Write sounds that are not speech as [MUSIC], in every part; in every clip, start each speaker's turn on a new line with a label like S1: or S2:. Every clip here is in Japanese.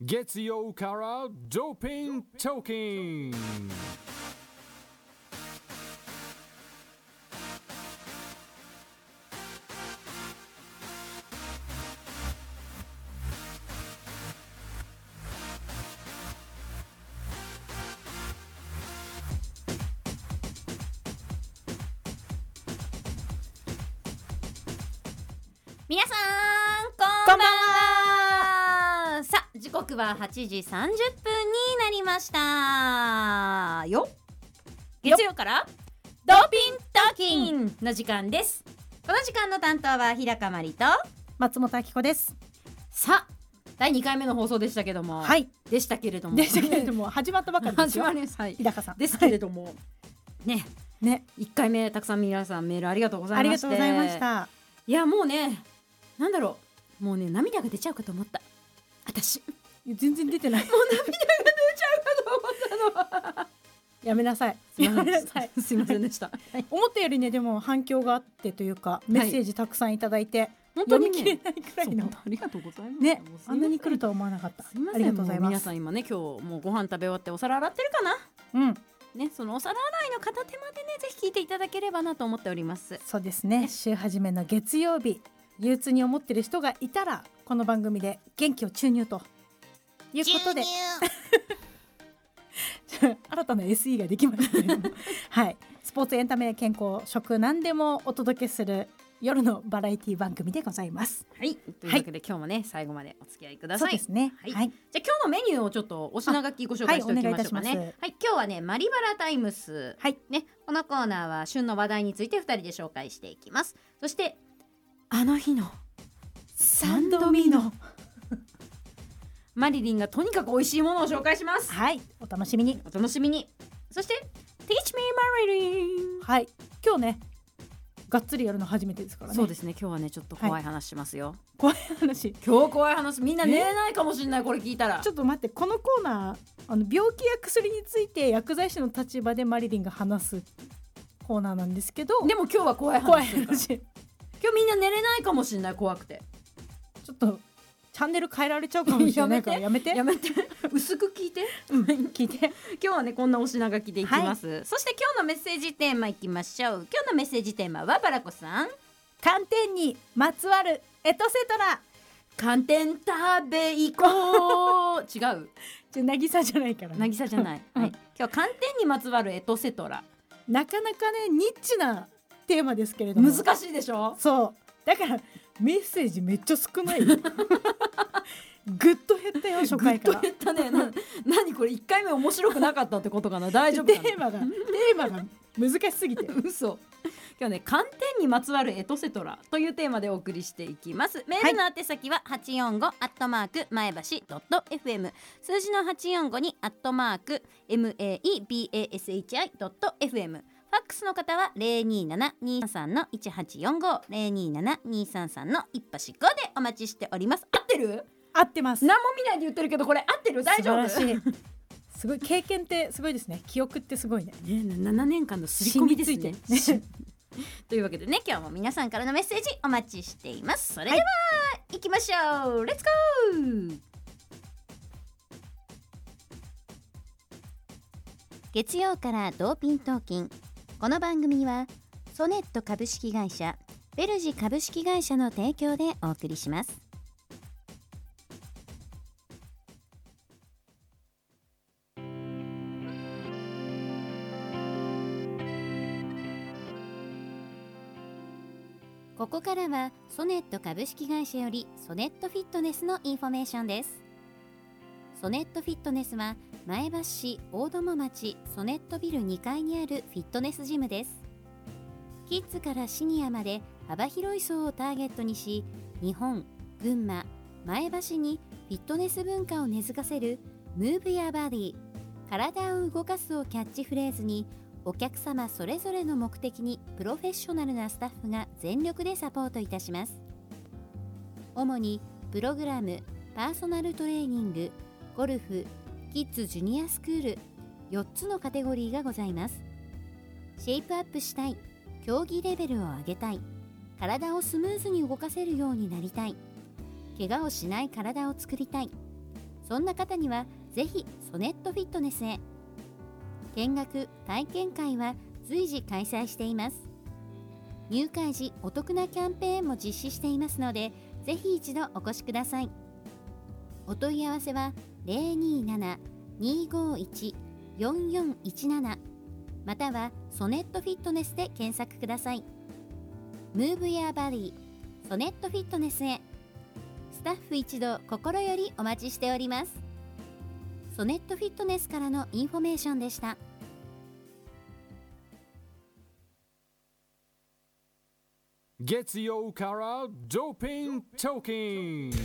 S1: 月曜からドーピントーキング
S2: 皆さんこんばんはさあ時刻は8時30分になりましたよ月曜からドーピントーキンの時間ですこの時間の担当は日高まりと
S3: 松本明子です。
S2: さあ第2回目の放送でしたけども、
S3: はい。
S2: でしたけれども
S3: でしたけれ
S2: [LAUGHS]
S3: ども始まったばかりです
S2: 始
S3: よ
S2: ま。りですはい
S3: 日高さん。
S2: ですけれども、ね
S3: ね。
S2: 1回目たくさん皆さんメールありがとうござ
S3: あ
S2: い
S3: り
S2: ま
S3: が
S2: した
S3: とうございました。
S2: いやもうねなんだろうもうね涙が出ちゃうかと思った
S3: [LAUGHS]
S2: 私
S3: 全然出てない。やめなさい。
S2: す
S3: やめ
S2: みま
S3: な
S2: せ
S3: さい。
S2: ん。 [LAUGHS] すみませんでした。
S3: 思ったよりねでも反響があってというかメッセージたくさんいただいて、
S2: 本当に
S3: 読み切れ
S2: ね。
S3: ないくらいの
S2: そうありがとうございます。
S3: ね
S2: もうすいませ
S3: あんなに来るとは思わなかった。
S2: すみま
S3: あ
S2: せん。
S3: りがとうござい
S2: もう
S3: ま
S2: 皆
S3: す
S2: さ。ん今ね今日もうご飯食べ終わってお皿洗ってるかな。
S3: うん。
S2: ねそのお皿洗いの片手までねぜひ聞いていただければなと思っております。
S3: そうです
S2: [LAUGHS]
S3: ね。週始めの月曜日、憂鬱に思ってる人がいたらこの番組で元気を注入ということで。 [LAUGHS] 新たな SE ができましたけれ
S2: [LAUGHS]
S3: どもはいスポーツエンタメ健康食何でもお届けする夜のバラエティ番組でございます
S2: はい。というわけで今日もね最後までお付き合いくだ
S3: そ
S2: さ
S3: うで
S2: い。
S3: すね
S2: はい
S3: はい、
S2: じゃあ今日のメニューをちょっとお品書きご紹介しておきましょうかね。
S3: あはいお願いいたし
S2: は
S3: ま
S2: い
S3: す、
S2: 今日はねマリバラタイムス。
S3: はい
S2: ねこのコーナーは旬の話題について二人で紹介していきます。そしてあの日の
S3: サ
S2: ンドミノマリリンがとにかく美味しいものを紹介します。
S3: はいお楽しみに
S2: お楽しみに。そして Teach me Marilyn。
S3: はい今日ねがっつりやるの初めてですからね
S2: そうですすね今日はねちょっと
S3: はい
S2: 怖い話しますよ、
S3: 怖い話ち
S2: 今日怖い話みんな寝れないかもしれないこれ聞いたら
S3: ょっと待ってこのコーナーあの病気や薬について薬剤師の立場でマリリンが話すコーナーなんですけど
S2: でも今日は怖い話
S3: 怖い
S2: するから
S3: [LAUGHS] 話ち
S2: 今日みんな寝れないかもしれない怖くて
S3: ょっとチャンネル変えられちゃうかもしれないからやめて
S2: やめて [LAUGHS] 薄く聞いて
S3: うん聞いて
S2: 今日はねこんなお品書きでいきます、そして今日のメッセージテーマいきましょう今日のメッセージテーマはバラコさん
S3: 寒天にまつわるエトセトラ
S2: 寒天食べ行こう [LAUGHS] 違う
S3: じゃ渚じゃないから、ね、
S2: 渚じゃない、
S3: うん
S2: はい、今日は寒天にまつわるエトセトラ
S3: なかなかねニッチなテーマですけれども
S2: 難しいでし [LAUGHS] ょ
S3: そうだからメッセージめっちゃ少 [LAUGHS] ないよぐっと減ったよ初回から
S2: ぐっと減ったねな何これ一回目面白くなかったってことかな大丈夫か
S3: テーマがテーマが難しすぎて
S2: な [LAUGHS] 嘘今日ね寒天にまつわるエトセトラというテーマでお送りしていきますメールの宛先は845アットマーク前橋ドット FM 数字の845にアットマーク MAEBASHI ドット FM ファックスの方は027233の1845 027233の1八5でお待ちしております合ってる
S3: 合ってます
S2: 何も見ないで言ってるけどこれ合ってる大丈夫
S3: 素晴らしいすごい経験ってすごいですね記憶ってすごいね
S2: ね、7年間の刷り込みですね。
S3: 染みついてる
S2: というわけでね今日も皆さんからのメッセージお待ちしています。それでは、行きましょうレッツゴー月曜からドーピントーキンこの番組はソネット株式会社ベルジ株式会社の提供でお送りします。ここからはソネット株式会社よりソネットフィットネスのインフォメーションですソネットフィットネスは前橋市大友町ソネットビル2階にあるフィットネスジムですキッズからシニアまで幅広い層をターゲットにし日本、群馬、前橋にフィットネス文化を根付かせるムーブやバディ体を動かすをキャッチフレーズにお客様それぞれの目的にプロフェッショナルなスタッフが全力でサポートいたします主にプログラムパーソナルトレーニングゴルフキッズジュニアスクール4つのカテゴリーがございますシェイプアップしたい競技レベルを上げたい体をスムーズに動かせるようになりたい怪我をしない体を作りたい
S4: そんな方にはぜひソネットフィットネスへ見学体験会は随時開催しています入会時お得なキャンペーンも実施していますのでぜひ一度お越しくださいお問い合わせは027-251-4417またはソネットフィットネスで検索くださいムーブやバディソネットフィットネスへスタッフ一同心よりお待ちしておりますソネットフィットネスからのインフォメーションでした
S1: 月曜からドーピングトーキング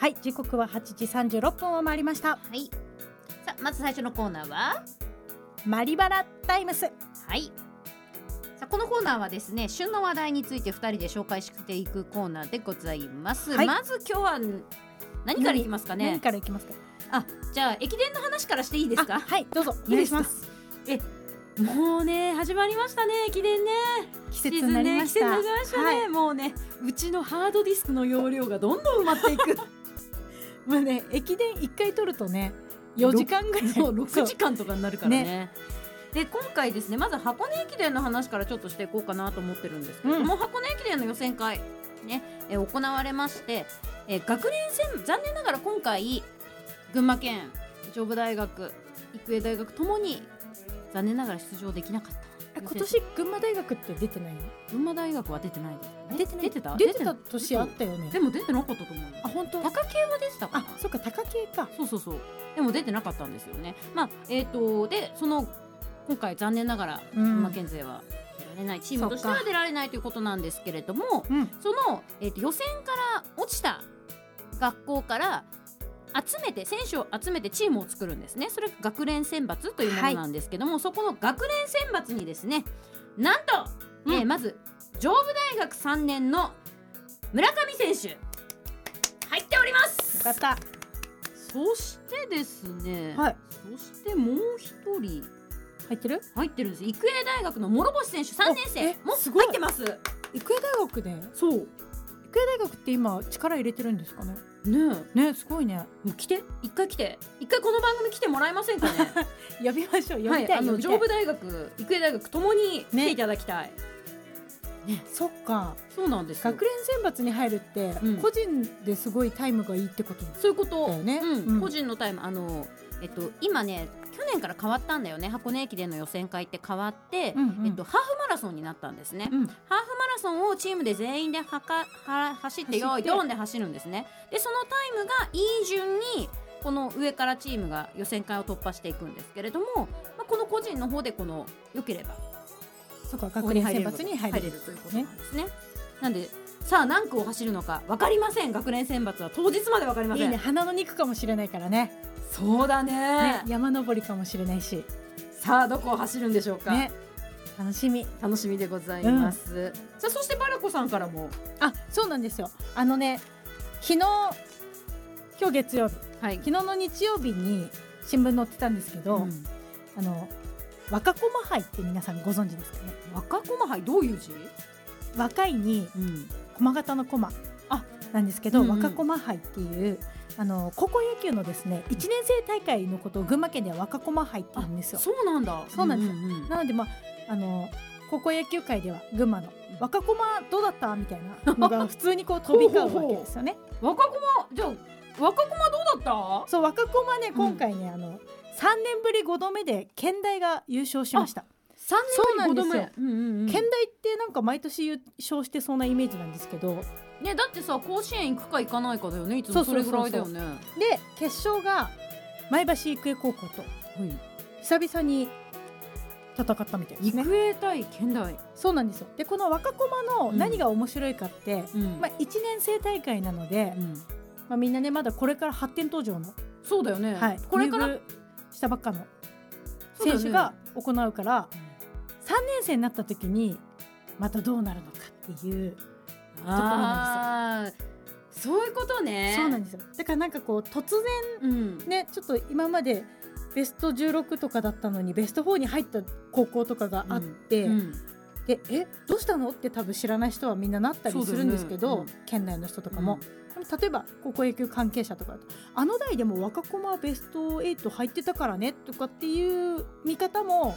S3: はい時刻は8時36分を回りました
S4: はいさあまず最初のコーナーは
S3: マリバラタイムス
S4: はいさあこのコーナーはですね旬の話題について2人で紹介していくコーナーでございます、
S3: はい
S4: まず今日は何からいきますか
S3: 何
S4: ね
S3: からいきますか
S4: あじゃあ駅伝の話からしていいです
S3: あ
S4: か
S3: はいどうぞお願いします
S4: もうね始まりましたね駅伝ね
S3: 季
S4: シー
S3: 節
S4: ズ
S3: にな
S4: ン
S3: り
S4: ね
S3: ま
S4: 季
S3: し
S4: 節
S3: た
S4: になりましたね、
S3: はい
S4: もうねうちのハードディスクの容量がどんどん埋まっていく
S3: [LAUGHS] まあね駅伝一回取るとね4時間ぐらい
S4: そう6時
S3: そう
S4: 間とかになるからねで今回ですねまず箱根駅伝の話からちょっとしていこうかなと思ってるんですけれども、箱根駅伝の予選会ねえー行われまして、えー学年戦残念ながら今回群馬県上部大学育英大学ともに残念ながら出場できなかった
S3: 今年群馬大学って出てない
S4: 群馬大学は出てないですね
S3: 出てない
S4: 出てた
S3: 出てた年あったよ
S4: で
S3: ね
S4: も出てなかったと思う
S3: あ本当
S4: 貴景は出てたか
S3: あ
S4: な
S3: そっか高系か
S4: そうそうそうでも出てなかったんですよねまあえっ、とでその今回残念ながら
S3: うん
S4: 群馬県勢は出られない、チームとして
S3: そ
S4: は
S3: っか
S4: 出られないということなんですけれども
S3: うん
S4: その、えーと予選から落ちた学校から集めて選手を集めてチームを作るんですねそれが学連選抜というものなんですけども、そこの学連選抜にですねなんと、えー
S3: うん
S4: まず上武大学3年の村上選手入っております
S3: よかった
S4: そしてですね、
S3: はい
S4: そしてもう一人
S3: 入ってる
S4: 入ってるんです育英大学の諸星選手3年
S3: お
S4: 生
S3: え
S4: も
S3: すごい
S4: 入ってます
S3: 育英大学で育
S4: そう
S3: 英大学って今力入れてるんですかね
S4: ねえも
S3: ねすごいね
S4: う来て一回来て一回この番組来てもらえませんか
S3: [LAUGHS]
S4: ね
S3: 呼びましょう呼び
S4: は
S3: た
S4: い
S3: い、
S4: あの
S3: 呼びた
S4: 上
S3: い
S4: 武大学育英大学ともに来ていただきたい、
S3: そっか
S4: そうなんですよ
S3: 学連選抜に入るって、
S4: うん
S3: 個人ですごいタイムがいいってことです
S4: そういうこと、
S3: だよね
S4: うん
S3: うん
S4: 個人のタイムあのえっと今ね去年から変わったんだよね箱根駅伝の予選会って変わって、
S3: うんうん
S4: えっと、ハーフマラソンになったんですね、
S3: うん
S4: ハーフマラソンをチームで全員ではかは走ってよ
S3: 走
S4: い
S3: って
S4: ドンで走るんですねでそのタイムがいい順にこの上からチームが予選会を突破していくんですけれども、まあ、この個人の方でこの良ければ
S3: そっか
S4: ここ
S3: 学連選抜に入れ
S4: 入
S3: る
S4: れるということなんですねなんでさあ何区を走るのか分かりません学連選抜は当日まで分かりませ
S3: い
S4: ん
S3: いね花の肉かもしれないからね
S4: そうだね
S3: ね山登りかもしれないし
S4: さあどこを走るんでしょうか、
S3: ね楽しみ
S4: 楽しみでございます、さあそしてバラコさんからも
S3: あそうなんですよあのね昨日今日月曜日
S4: はい
S3: 昨日の日曜日に新聞載ってたんですけど、
S4: うん
S3: あの若駒杯って皆さんご存知ですかね
S4: 若駒杯どういう字、
S3: 若いに
S4: うん、
S3: 駒形の駒あなんですけど、
S4: うんうん
S3: 若駒杯っていうあの高校野球のですね1年生大会のことを群馬県では若駒杯って言うんですよ。
S4: そうなんだ
S3: そうなんですよ
S4: んうん
S3: なので、まあ、あの高校野球界では群馬の若駒どうだったみたいなの
S4: [LAUGHS]
S3: が普通にこう飛び交うわけですよね。
S4: 若駒じゃあ若駒どうだっ
S3: そう若駒ね
S4: ん
S3: 今回ね、あの3年ぶり5度目で県大が優勝しました。
S4: た三年ぶり五度
S3: そう
S4: 目
S3: なん
S4: うんうんうん
S3: 県大ってなんか毎年優勝してそうなイメージなんですけど
S4: ねだってさ甲子園行くか行かないかだよねいつ
S3: そ
S4: も
S3: うそ
S4: そう
S3: そ
S4: れ
S3: う
S4: ぐ
S3: そう
S4: らいだよね
S3: で決勝が前橋育英高校と久々に戦ったみたいですね。
S4: 育英対県大、
S3: そうなんですよでこの若駒の
S4: うん
S3: 何が面白いかって、
S4: うん
S3: まあ、1年生大会なので、
S4: うん
S3: まあ、みんなねまだこれから発展途上の、
S4: そうだよね、
S3: はい、
S4: これから
S3: 入部したばっかの
S4: そうだ
S3: 選
S4: よね
S3: 手が行うから3年生になった時にまたどうなるのかっていう、
S4: ああそういうことね
S3: そうなんですよだからなんかこう突然
S4: うん
S3: ねちょっと今までベスト16とかだったのにベスト4に入った高校とかがあって、
S4: うん
S3: でえどうしたのって多分知らない人はみんななったりするんですけ
S4: そう
S3: ど、
S4: だよね
S3: 県内の人とかも、でも例えば高校野球関係者とかだとあの代でも若駒はベスト8入ってたからねとかっていう見方も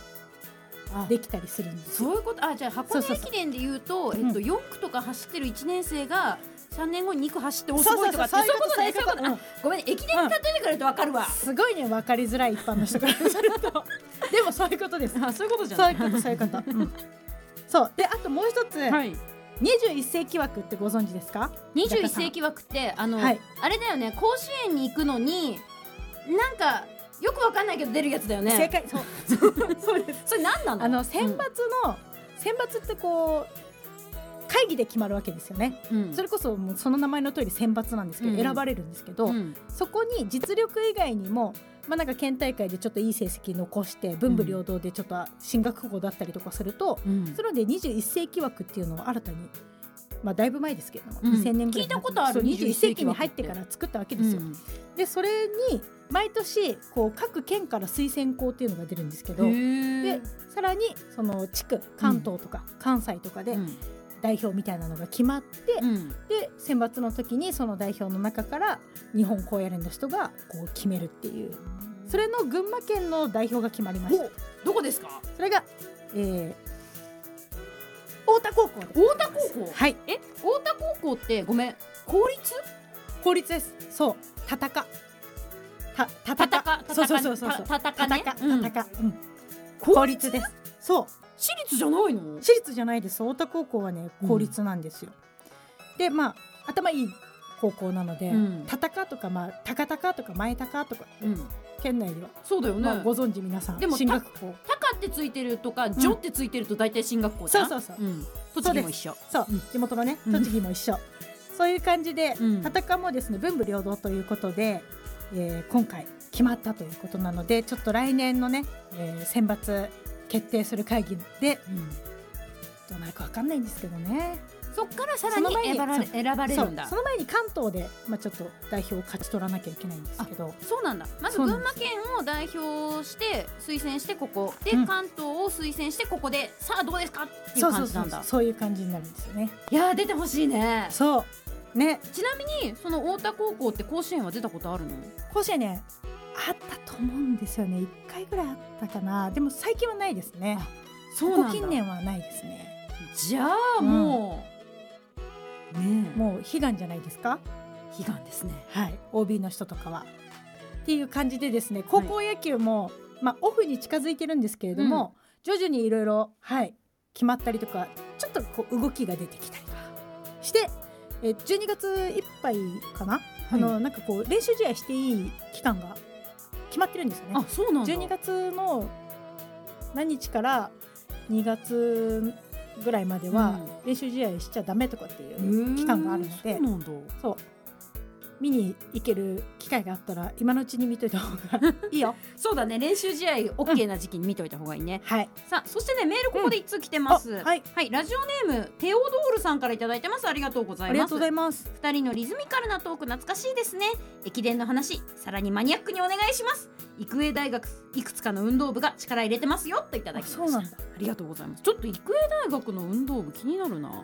S4: あ
S3: できたりするんですよ。
S4: そういうことあじゃあ箱根
S3: そうそうそう
S4: 駅伝で言うと
S3: うん
S4: えっと4区とか走ってる1年生が3年後に2区走ってお
S3: そう
S4: すごいとかってそういう
S3: そ
S4: ことねそういうこと
S3: そ
S4: ね
S3: う
S4: あごめん駅伝に例えてくれるとわかるわ
S3: うんすごいね分かりづらい一般の人からするとでもそういうことです
S4: あ [LAUGHS] そういうことじゃ
S3: そ
S4: な
S3: うい
S4: いう
S3: ことそういうこと、うんそうであともう一つ、
S4: はい
S3: 21世紀枠ってご存知ですか
S4: 21世紀枠ってあの
S3: はい
S4: あれだよね甲子園に行くのになんかよくわかんないけど出るやつだよ
S3: 正
S4: ね
S3: 解
S4: [LAUGHS]
S3: そうそうそうです
S4: それ何なの
S3: あの選抜の、選抜ってこう会議で決まるわけですよね、
S4: うんうん
S3: それこそもうその名前の通り選抜なんですけど、
S4: うん
S3: 選ばれるんですけど、
S4: うん
S3: そこに実力以外にもまあなんか県大会でちょっといい成績残して文武両道でちょっと進学校だったりとかすると、
S4: うん
S3: それで21世紀枠っていうのを新たにまあだいぶ前ですけれども、
S4: うん
S3: 2000年ぐらいに
S4: 聞いたことある
S3: そう21
S4: 21
S3: 世紀に入ってから作ったわけですよ、でそれに毎年こう各県から推薦校っていうのが出るんですけど
S4: うんへ
S3: で
S4: ー
S3: さらにその地区関東とか関西とかで
S4: うん
S3: 代表みたいなのが決まって、
S4: うん
S3: で選抜の時にその代表の中から日本高野連の人がこう決めるっていうそれの群馬県の代表が決まりました
S4: どこですか
S3: それが、えー、太田高校で
S4: 太田高校
S3: はい
S4: え太田高校ってごめん公立
S3: 公立ですそう戦た戦
S4: たたか
S3: そうそうそうそうそう
S4: たたかね
S3: 戦
S4: うん
S3: 戦うん公立ですそう
S4: 私立じゃないの
S3: 私立じゃないです太田高校はね公立なんですよ、でまあ頭いい高校なので、
S4: うん
S3: タタカとかまあタカタカとか前タカとか
S4: うん
S3: 県内では、
S4: そうだよ
S3: まあ、
S4: ね
S3: ご存知皆さん
S4: でも
S3: 進学校
S4: たかってついてるとかじょってついてると大体進学校じゃん
S3: そうそうそ
S4: ん栃木も一緒
S3: そう、
S4: うん
S3: 地元のね
S4: うん
S3: 栃木も一緒、そういう感じで、
S4: うん
S3: タタカもですね文武両道ということで、えー今回決まったということなのでちょっと来年のね、えー選抜決定する会議でどうなるかわかんないんですけどね
S4: そっからさら
S3: その
S4: に
S3: 前に
S4: 選ばれ選ばれるん
S3: そ
S4: だ
S3: うその前に関東で、まあ、ちょっと代表を勝ち取らなきゃいけないんですけど
S4: そうなんだまず
S3: そう
S4: 群
S3: なんで
S4: 馬県を代表して推薦してここで
S3: うん
S4: 関東を推薦してここでさあどうですかってい
S3: そううそ
S4: 感
S3: う
S4: じ
S3: そ
S4: なん
S3: うそ
S4: だ
S3: うそういう感じになるんですよね
S4: いやー出てほしいね
S3: そうね
S4: ちなみにその太田高校って甲子園は出たことあるの
S3: 甲子園ねあったと思うんですよね一回ぐらいあったかなでも最近はないですね
S4: そ
S3: ここ近年はないですね
S4: じゃあもう、ねえ
S3: もう悲願じゃないですか
S4: 悲願ですね
S3: はい OB の人とかはっていう感じでですね高校野球も、まあオフに近づいてるんですけれども、徐々にいろいろはい決まったりとかちょっとこう動きが出てきたりとかしてえ12月いっぱいかな、あのなんかこう練習試合していい期間が決まってるんですよね
S4: あそうなんだ
S3: 12月の何日から2月ぐらいまでは練習試合しちゃダメとかっていう期間があるので、
S4: へーそうなんだ
S3: そう見に行ける機会があったら今のうちに見といた方
S4: [LAUGHS]
S3: がいいよ
S4: そうだね練習試合 OK な時期に見といた方がいいね、
S3: はい
S4: さあそしてねメールここで一通来てます、
S3: あはい
S4: はい、ラジオネームテオドールさんからいただいてますありがとうござ
S3: あ
S4: い
S3: り
S4: ま
S3: が
S4: す
S3: とうございます
S4: 二人のリズミカルなトーク懐かしいですね駅伝の話さらにマニアックにお願いします育英大学いくつかの運動部が力入れてますよといただきました
S3: あそうなんだ
S4: ありがとうございますちょっと育英大学の運動部気になるな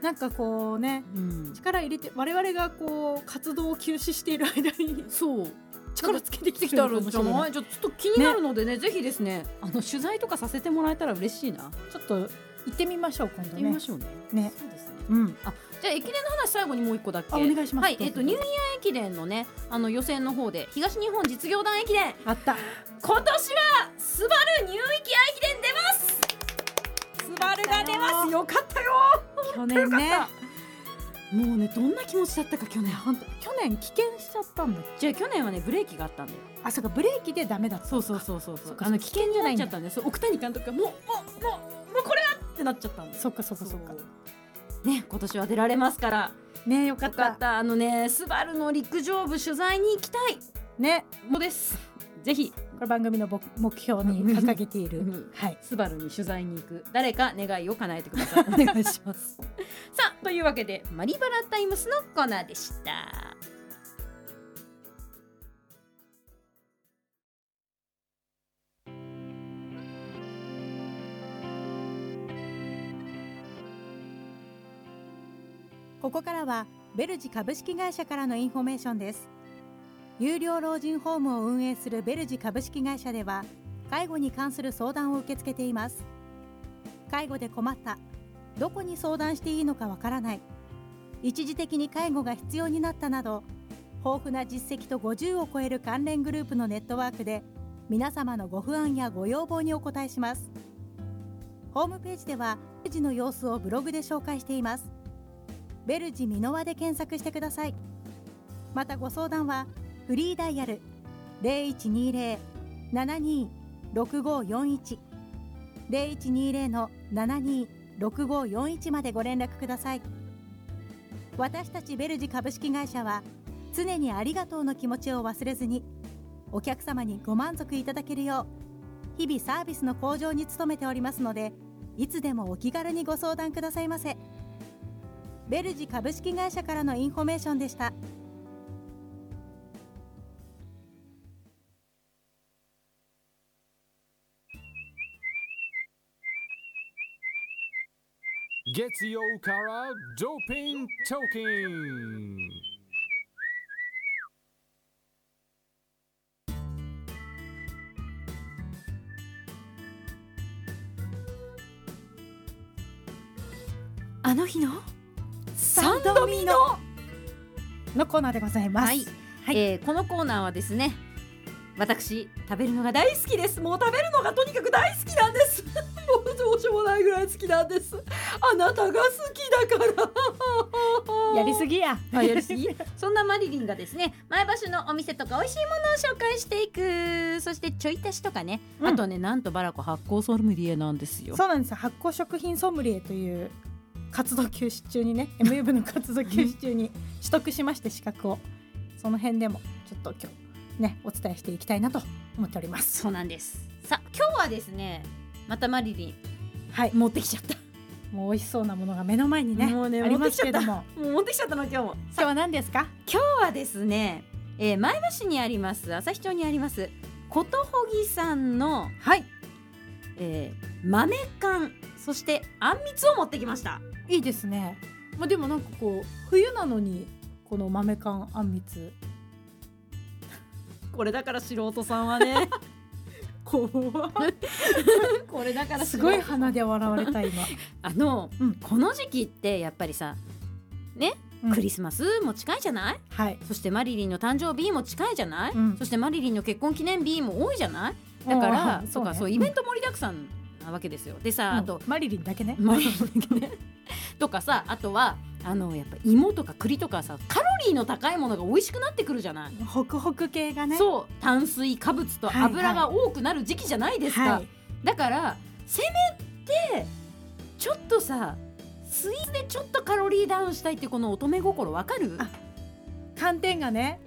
S3: なんかこうね
S4: うん
S3: 力入れて我々がこう活動を休止している間
S4: [LAUGHS]
S3: に
S4: そう
S3: 力つけてき
S4: で
S3: て
S4: きた
S3: る
S4: る
S3: か
S4: ん
S3: もし
S4: じゃ
S3: れ
S4: な
S3: ない
S4: いちょっと気になるのでねぜひですねあの取材とかさせてもらえたら嬉しいな行
S3: ちょっと行ってみましょう今
S4: っ
S3: 度
S4: てみ
S3: ね
S4: ましょうね
S3: ね
S4: そうですね
S3: うん
S4: じゃあ駅伝の話最後にもう一個だっけ
S3: あお願いします
S4: はい
S3: どう
S4: え
S3: ぞ
S4: っとニューイヤー駅伝のねあの予選の方で東日本実業団駅伝
S3: あった
S4: 今年はスバルニューイキア駅伝出ますスバルが出ますよかったよ
S3: 去年ね
S4: もうねどんな気持ちだったか去年
S3: 本当去年棄権しちゃったんだ
S4: じゃあ去年はねブレーキがあったんだよ
S3: あそうかブレーキでダメだった
S4: そうそうそうそうそ
S3: そうっか
S4: あの危険になっち
S3: 危険じ
S4: ゃ
S3: ゃない
S4: っ
S3: ん
S4: たんでそう奥谷監督がもうもうもうもうこれはってなっちゃったんです
S3: そっかそっかそっか
S4: ね今年は出られますから
S3: ねよか
S4: よ
S3: っ
S4: か
S3: た
S4: ったあのねスバルの陸上部取材に行きたい
S3: ね
S4: もですぜひ
S3: れ番組のぼ目標に掲げている、
S4: うん
S3: はい
S4: スバルに取材に行く誰か願いを叶えてくださいお願いします [LAUGHS] さあというわけでマリバラタイムスのコーナーでした
S3: ここからはベルジ株式会社からのインフォメーションです有料老人ホームを運営するベルジ株式会社では介護に関する相談を受け付けています介護で困ったどこに相談していいのかわからない一時的に介護が必要になったなど豊富な実績と50を超える関連グループのネットワークで皆様のご不安やご要望にお答えしますホームページではベルジの様子をブログで紹介していますベルジミノワで検索してくださいまたご相談はフリーダイヤル0120-726541 0120-726541までご連絡ください私たちベルジ株式会社は常にありがとうの気持ちを忘れずにお客様にご満足いただけるよう日々サービスの向上に努めておりますのでいつでもお気軽にご相談くださいませベルジ株式会社からのインフォメーションでした
S1: 月曜からドーピングトーキング
S4: あの日の
S3: サンドミノのコーナーでございます。
S4: はい、
S3: はい
S4: えーこのコーナーはですね私食べるのが大好きですもう食べるのがとにかく大好きなんです [LAUGHS] もうどうしようもないぐらい好きなんですあなたが好きだから
S3: やりすぎや。
S4: あやりすぎそんなマリリンがですね前橋のお店とか美味しいものを紹介していくそしてちょい足しとかね、
S3: うん
S4: あとねなんとバラコ発酵ソムリエなんですよ
S3: [LAUGHS] そうなんですよ。発酵食品ソムリエという活動休止中に
S4: [LAUGHS]
S3: ね、MU の活動休止中に取得しまして資格をその辺でもちょっと今日ねお伝えしていきたいなと思っております。
S4: そうなんですさあ今日はですねまたマリリ
S3: はい
S4: ン、持ってきちゃった
S3: もう美味しそうなものが目の前にね
S4: もうね
S3: ありますけれども、
S4: もう持ってきちゃったの今日も
S3: 今日は何ですか？
S4: 今日はですね、えー前橋にあります旭町にありますことほぎさんの、
S3: はい、
S4: えー豆缶そしてあんみつを持ってきました
S3: いいですね。まあでもなんかこう冬なのにこの豆缶あんみつ。
S4: [LAUGHS] これだから素人さん
S3: [LAUGHS]
S4: はね [LAUGHS] これだから
S3: すごい
S4: 花
S3: 鼻で笑われた今。
S4: あの、
S3: うん
S4: この時期ってやっぱりさね、
S3: うん
S4: クリスマスも近いじゃない
S3: はい。
S4: そしてマリリンの誕生日も近いじゃない、
S3: うん
S4: そしてマリリンの結婚記念日も多いじゃないだから
S3: うん
S4: そうか
S3: ね
S4: そうイベント盛りだくさんなわけですよで
S3: う
S4: さ
S3: ん
S4: あと
S3: マリリンだけね。
S4: マリリンだけね [LAUGHS] とかさあとはあのやっぱ芋とか栗とかさカロリーの高いものが美味しくなってくるじゃない、
S3: ホクホク系がね。
S4: そう炭水化物と油が多くなる時期じゃないですか、
S3: はい。
S4: だからせめてちょっとさスイーツでちょっとカロリーダウンしたいってこの乙女心わかる
S3: あ寒天がね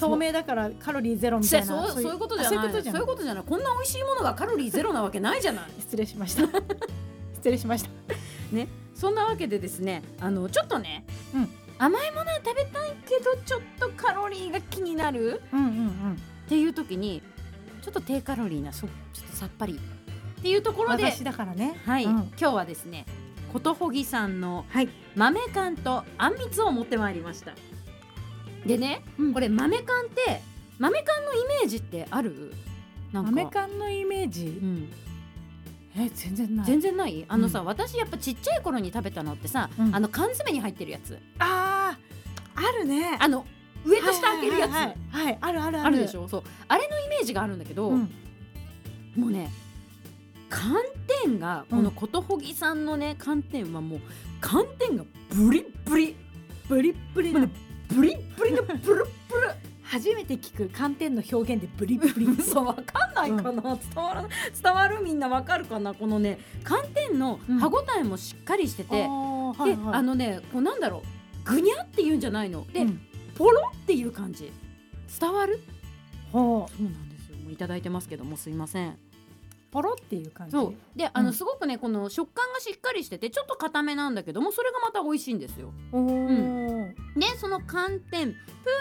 S3: 透明だからカロリーゼロみ
S4: そ
S3: た
S4: う
S3: いな。
S4: そうそういうことじゃ
S3: あそう
S4: な
S3: いう
S4: い
S3: こと
S4: そう
S3: じゃ
S4: いう
S3: ない。
S4: ことじゃないこんな美味しいものがカロリーゼロなわけないじゃない
S3: 失礼しました。失礼しました。
S4: [LAUGHS] そんなわけでですねあのちょっとね、
S3: うん
S4: 甘いものは食べたいけどちょっとカロリーが気になる
S3: うんうんうん。
S4: っていう時にちょっと低カロリーなそちょっとさっぱりっていうところで、
S3: 私だからね。
S4: はい
S3: うん
S4: 今日はですねことほぎさんの
S3: はい。
S4: 豆缶とあんみつを持ってまいりましたでねこ
S3: れ
S4: れ豆缶って豆缶のイメージってあるなんか
S3: 豆缶のイメージ
S4: う。ん
S3: え全然ない。
S4: 全然ないあのさ、
S3: うん
S4: 私やっぱちっちゃい頃に食べたのってさ、
S3: うん
S4: あの缶詰に入ってるやつ
S3: あああるね。
S4: あの上と下開けるやつ、
S3: はいはいはいはい。あるある
S4: あるでし。ょそうあれのイメージがあるんだけど、
S3: うん。
S4: もうね寒天がこのことほぎさんのね寒天はもう寒天がブリッブリ
S3: ブリッブリの
S4: ブリッブリのブルッブル
S3: 初めて聞く寒天の表現でブリッブリ。
S4: そうわかんないかな、伝わら伝わるみんなわかるかなこのね寒天の歯ごたえもしっかりしてて、
S3: あー
S4: で、あのねこうなんだろうぐにゃって言うんじゃないので、
S3: うん
S4: ポロっていう感じ伝わる
S3: ほう
S4: そうなんですよもういただいてますけどもすいません
S3: ポロっていう感じ
S4: そうであの、
S3: うん
S4: すごくねこの食感がしっかりしててちょっと固めなんだけどもそれがまた美味しいんですよ
S3: おー
S4: でその寒天プ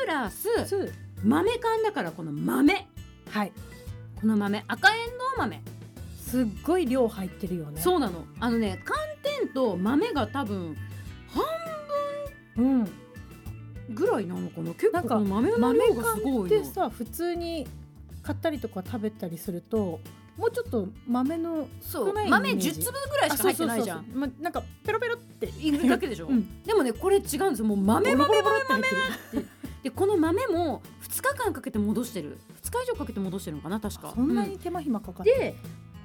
S4: ラス
S3: ツー
S4: 豆缶だからこの豆
S3: はい
S4: この豆赤えんどう豆、
S3: すっごい量入ってるよね
S4: そうなのあのね寒天と豆が多分半
S3: う、うん、
S4: ぐらいなのかな結
S3: な
S4: 構
S3: んか
S4: この豆の
S3: 豆
S4: 量が
S3: 缶
S4: すご
S3: っ
S4: い
S3: て
S4: の
S3: さ普通に買ったりとか食べたりするともうちょっと豆の
S4: そ
S3: 少
S4: う
S3: ないイメージ
S4: 豆10粒ぐらいしか入ってないじゃ
S3: あ
S4: ん
S3: そうそうそうそうま、なんかペロペロって
S4: いくだけでしょ、
S3: うん
S4: でもねこれ違うんですよもう豆
S3: ボ
S4: 豆
S3: ロボロボロって入ってる
S4: でこの豆も2日間かけて戻してる2日以上かけて戻してるのかな確か
S3: そんな
S4: う
S3: に手間暇かかってる、
S4: で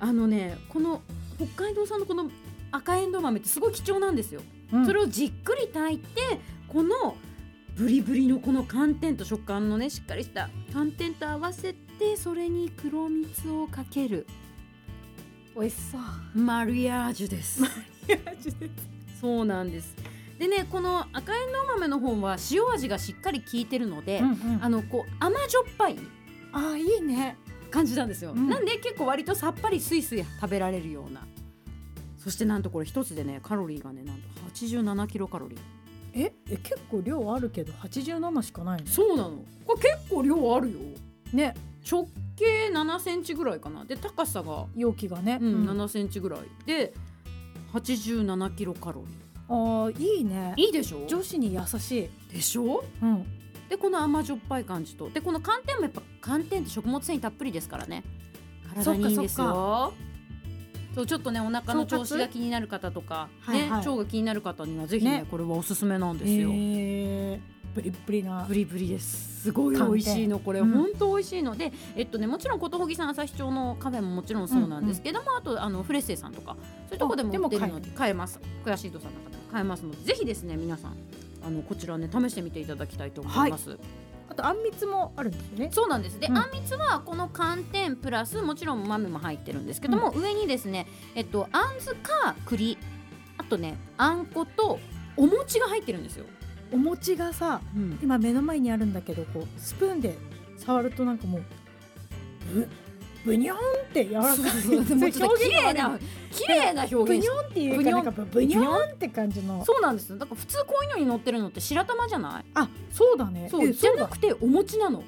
S4: あのねこの北海道産のこの赤えんどう豆ってすごい貴重なんですよ、
S3: うん
S4: それをじっくり炊いてこのブリブリのこの寒天と食感のねしっかりした寒天と合わせてそれに黒蜜をかける
S3: 美味しそう
S4: マリアージュです [LAUGHS] そうなんですでねこの赤えんどう豆の方は塩味がしっかり効いてるので、
S3: うんうん
S4: あのこう甘じょっぱい
S3: ああいいね
S4: 感じなんですよ、
S3: うん
S4: なんで結構割とさっぱりスイスイ食べられるようなそしてなんとこれ一つでねカロリーがねなんと87キロカロリー
S3: ええ結構量あるけど87しかないの
S4: そうなのこれ結構量あるよ
S3: ね
S4: 直径7センチぐらいかなで高さが、
S3: 容器がね、
S4: うん
S3: あ
S4: 7センチぐらいで87キロカロ
S3: あいいね
S4: リーいいでしょ
S3: 女子に優しい、
S4: でしょ
S3: うん、
S4: でこの甘じょっぱい感じとでこの寒天もやっぱ寒天って食物繊維たっぷりですからね体にいいんです
S3: そっか
S4: よそうちょっとねお腹の調子
S3: 腸
S4: が
S3: 活
S4: 気になる方とか、
S3: はいはい
S4: ね、腸が気になる方にはぜひね
S3: ね
S4: これはおすすめなんですよ、
S3: えー、ブリッブリな
S4: ブリブリですすごい美
S3: 寒天
S4: 味しいのこれ、
S3: うん
S4: 本当美味しいのでえっとねもちろんことほぎさん旭町のカフェももちろんそうなんですけども、あとあのフレッセイさんとかそういうとこでも
S3: あでも
S4: 売ってるので買えますクヤシードさんの方でも買えますのでぜひですね皆さんあのこちらね試してみていただきたいと思います、
S3: あとあんみつもあるんですよね
S4: そうなんですで、
S3: うん
S4: あんみつはこの寒天プラスもちろん豆も入ってるんですけども、上にですねえっとあんずか栗あとねあんことお餅が入ってるんですよ、
S3: お餅がさ今目の前にあるんだけどこうスプーンで触るとなんかもうブブニョンって柔らかい [LAUGHS]
S4: [LAUGHS] そうそうもうちょっと綺麗な綺麗な表
S3: ブニ
S4: 現し
S3: ョンっていうかなんかブニョンって感じの
S4: そうなんですだから普通こういうのに乗ってるのって白玉じゃない
S3: あそうだね
S4: そう
S3: え
S4: じゃ
S3: そう
S4: な
S3: だ
S4: くてお餅なの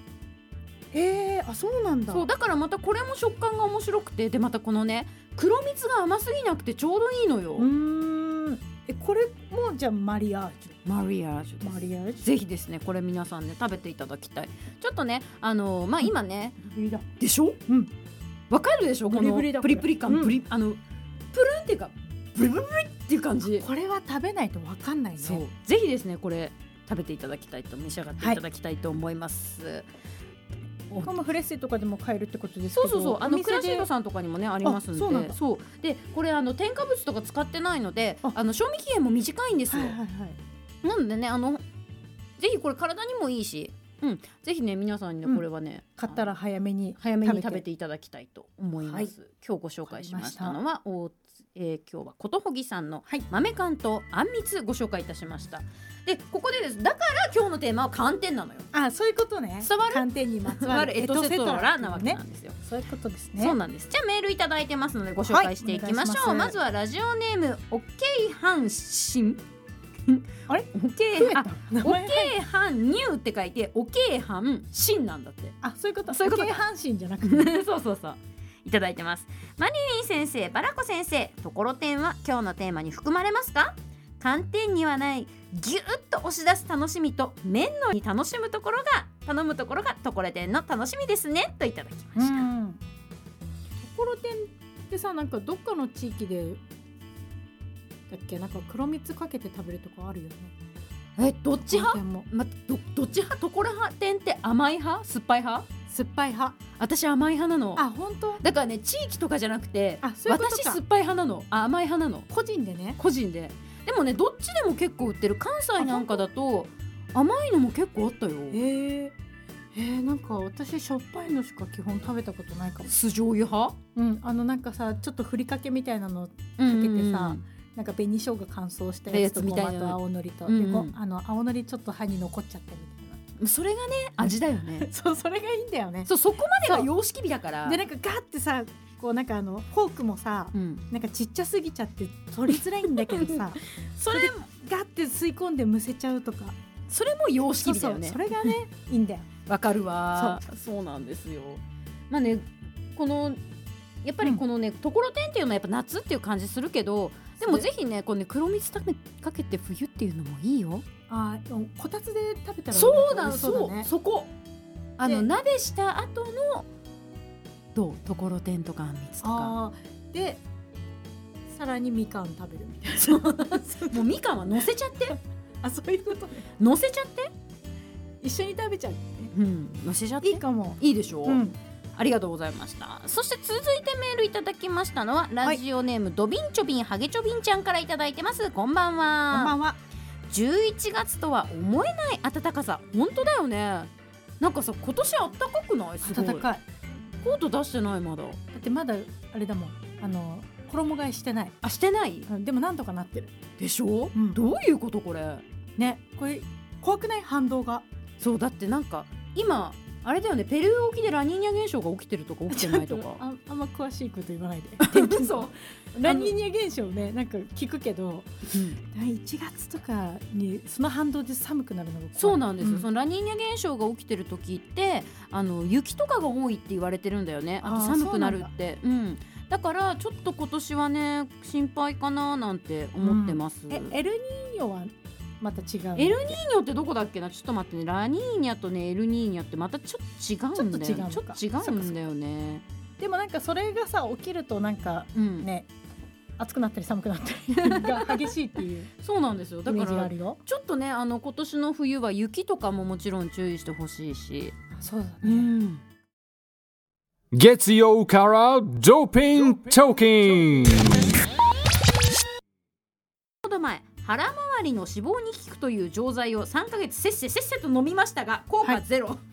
S3: えー、あそうなんだ
S4: そうだからまたこれも食感が面白くてでまたこのね黒蜜が甘すぎなくてちょうどいいのよ、
S3: うーんえこれもじゃあマリアージ
S4: マリアージュで
S3: ュ
S4: す
S3: マリアージ
S4: ぜひですねこれ皆さんね食べていただきたいちょっとねあのまあ今ね
S3: ュブリだ
S4: でしょ
S3: うん
S4: わかるでしょこの
S3: ブリブリだこ
S4: プ
S3: れ
S4: リプリ感、
S3: うん
S4: プリあのプルンっていうかブリブリブリっていう感じ
S3: これは食べないとわかんないね
S4: そうぜひですねこれ食べていただきたいと召し上がっていただきたいと思います、
S3: これもフレッシュとかでも買えるってことですけど
S4: そうそうそうあ
S3: お
S4: の
S3: 店
S4: クラシード
S3: で
S4: さんとかにもねありますんで
S3: そうなんだ
S4: そうでこれあの添加物とか使ってないので
S3: あ
S4: あの賞味期限も短いんですよ、
S3: はいはいはい
S4: なのでねあのぜひこれ体にもいいしうんぜひね皆さんに
S3: う
S4: ね
S3: ん
S4: これはね、
S3: 買ったら早めに
S4: 早めに
S3: 食べて
S4: 食べていただきたいと思います。
S3: はい
S4: 今日ご紹介しましたのは、おえー今日はことほぎさんの豆缶とあんみつご紹介いたしました。でここでです。だから今日のテーマは寒天なのよ。
S3: あそういうことね
S4: 伝わる
S3: 寒天にまつわる
S4: エトセトラなわけなんですよ。
S3: そういうことですね
S4: そうなんです。じゃあメールいただいてますのでご紹介していきましょう。
S3: はいお願いします
S4: まずはラジオネームおけいはんしん。
S3: あれ
S4: おけい
S3: 増え
S4: は
S3: た
S4: ん。
S3: 名
S4: お
S3: 前
S4: けいはんにゅうって書いておけいはんしんなんだ
S3: [LAUGHS]
S4: って。
S3: [LAUGHS] あそういうこと
S4: そういうことか
S3: 京阪神じゃなくて
S4: そうそうそう。いただいてます。マリリン先生、バラコ先生、ところてんは今日のテーマに含まれますか寒天にはないギュッと押し出す楽しみと麺のに楽しむところが頼むところがところてんの楽しみですねといただきました。
S3: んところてんってさなんかどっかの地域でだっけなんか黒蜜かけて食べるとこあるよね
S4: え、どっち派
S3: 寒天も
S4: ま、どどっち派ところ派てんって甘い派酸っぱい派
S3: 酸っぱい派
S4: 私甘い派なの。
S3: あ本当
S4: だからね、地域とかじゃなくて、
S3: あそういうことか
S4: 私酸っぱい派なの。あ甘い派なの。
S3: 個人でね
S4: 個人ででもねどっちでも結構売ってる関西なんかだと甘いのも結構あったよ
S3: えー、えー、なんか私しょっぱいのしか基本食べたことないかも
S4: 酢醤油派
S3: うんあのなんかさちょっとふりかけみたいなの
S4: か
S3: けてさなんか紅生姜乾燥したやつと
S4: やつみ
S3: み
S4: たい
S3: た
S4: ないの
S3: なと青のりと、
S4: うんうん
S3: でこうあの青のりちょっと歯に残っちゃったみたいな
S4: それがね味だよ
S3: [LAUGHS]
S4: ね
S3: そうそれがいいんだよね
S4: そうそこまでが
S3: そう
S4: 様式美だから
S3: でなんかガってさこうなんかあのフォークもさ
S4: うん、
S3: なんかちっちゃすぎちゃって取りづらいんだけど
S4: [LAUGHS]
S3: さそれガって吸い込んでむせちゃうとか
S4: それも様式
S3: そうそ
S4: 美だよ
S3: う
S4: ね
S3: それがねいいんだよ
S4: わかるわそうなんですよまあねこのやっぱりこのね、ところてんっていうのはやっぱ夏っていう感じするけどでもぜひねこのね黒蜜ためかけて冬っていうのもいいよ
S3: あーでもこたつで食べたら
S4: そうだ
S3: 美味し
S4: そう
S3: だね
S4: そこあの
S3: で
S4: 鍋した後のどうところてんとかあんみつとか
S3: あーでさらにみかん食べるみたい
S4: そうもうみかんは乗せちゃ [LAUGHS] って
S3: な [LAUGHS] あそういうことね
S4: 乗せちゃって
S3: 一緒に食べちゃうね
S4: うん乗せちゃって
S3: いいかも
S4: いいでしょう、
S3: うん
S4: ありがとうございましたそして続いてメールいただきましたのはラジオネーム、ドビンチョビンハゲチョビンちゃんからいただいてますこんばんは
S3: こんばんは
S4: 11月とは思えない暖かさ本当だよねなんかさ今年暖かくないすごい
S3: 暖かい
S4: コート出してないまだ
S3: だってまだあれだもんあの衣替えしてない、
S4: あしてない
S3: うん、でもなんとかなってる
S4: でしょ、
S3: うん
S4: どういうことこれ
S3: ねこれ怖くない反動が
S4: そうだってなんか今あれだよねペルー沖でラニーニャ現象が起きてるとか起きてないと
S3: ちょっ
S4: か
S3: [LAUGHS] ああんま詳しいこと言わ
S4: [LAUGHS]
S3: ないで
S4: 嘘
S3: ラニーニャ現象ねなんか聞くけど
S4: うん
S3: 1月とかにその反動で寒くなるのが怖い
S4: そうなんですよ、
S3: うん
S4: そのラニーニャ現象が起きてる時ってあの雪とかが多いって言われてるんだよねあと
S3: あー
S4: 寒くなるってうんだからちょっと今年はね心配かななんて思ってます、
S3: えエルニーニョはまた違うの
S4: エルニーニョってどこだっけなちょっと待ってねラニーニャとねエルニーニャってまたちょっと違うんだよね
S3: ちょっと
S4: ち
S3: 違う
S4: ょ
S3: の
S4: っ
S3: か
S4: と違うんだよね
S3: でもなんかそれがさ起きるとなんか
S4: うん
S3: ね暑くなったり寒くなったりが激しいっていう
S4: そうなんですよ
S3: イ
S4: だ
S3: メ
S4: か
S3: ージがあ
S4: ら
S3: るよ
S4: ちょっとねあの今年の冬は雪とかももちろん注意してほしいし
S3: そうだ
S4: う、ん
S1: Getio Kara Doping Toking.
S4: ほど前腹周りの脂肪に効くという錠剤を3ヶ月せっせせっせと飲みましたが効果ゼロ、 [LAUGHS]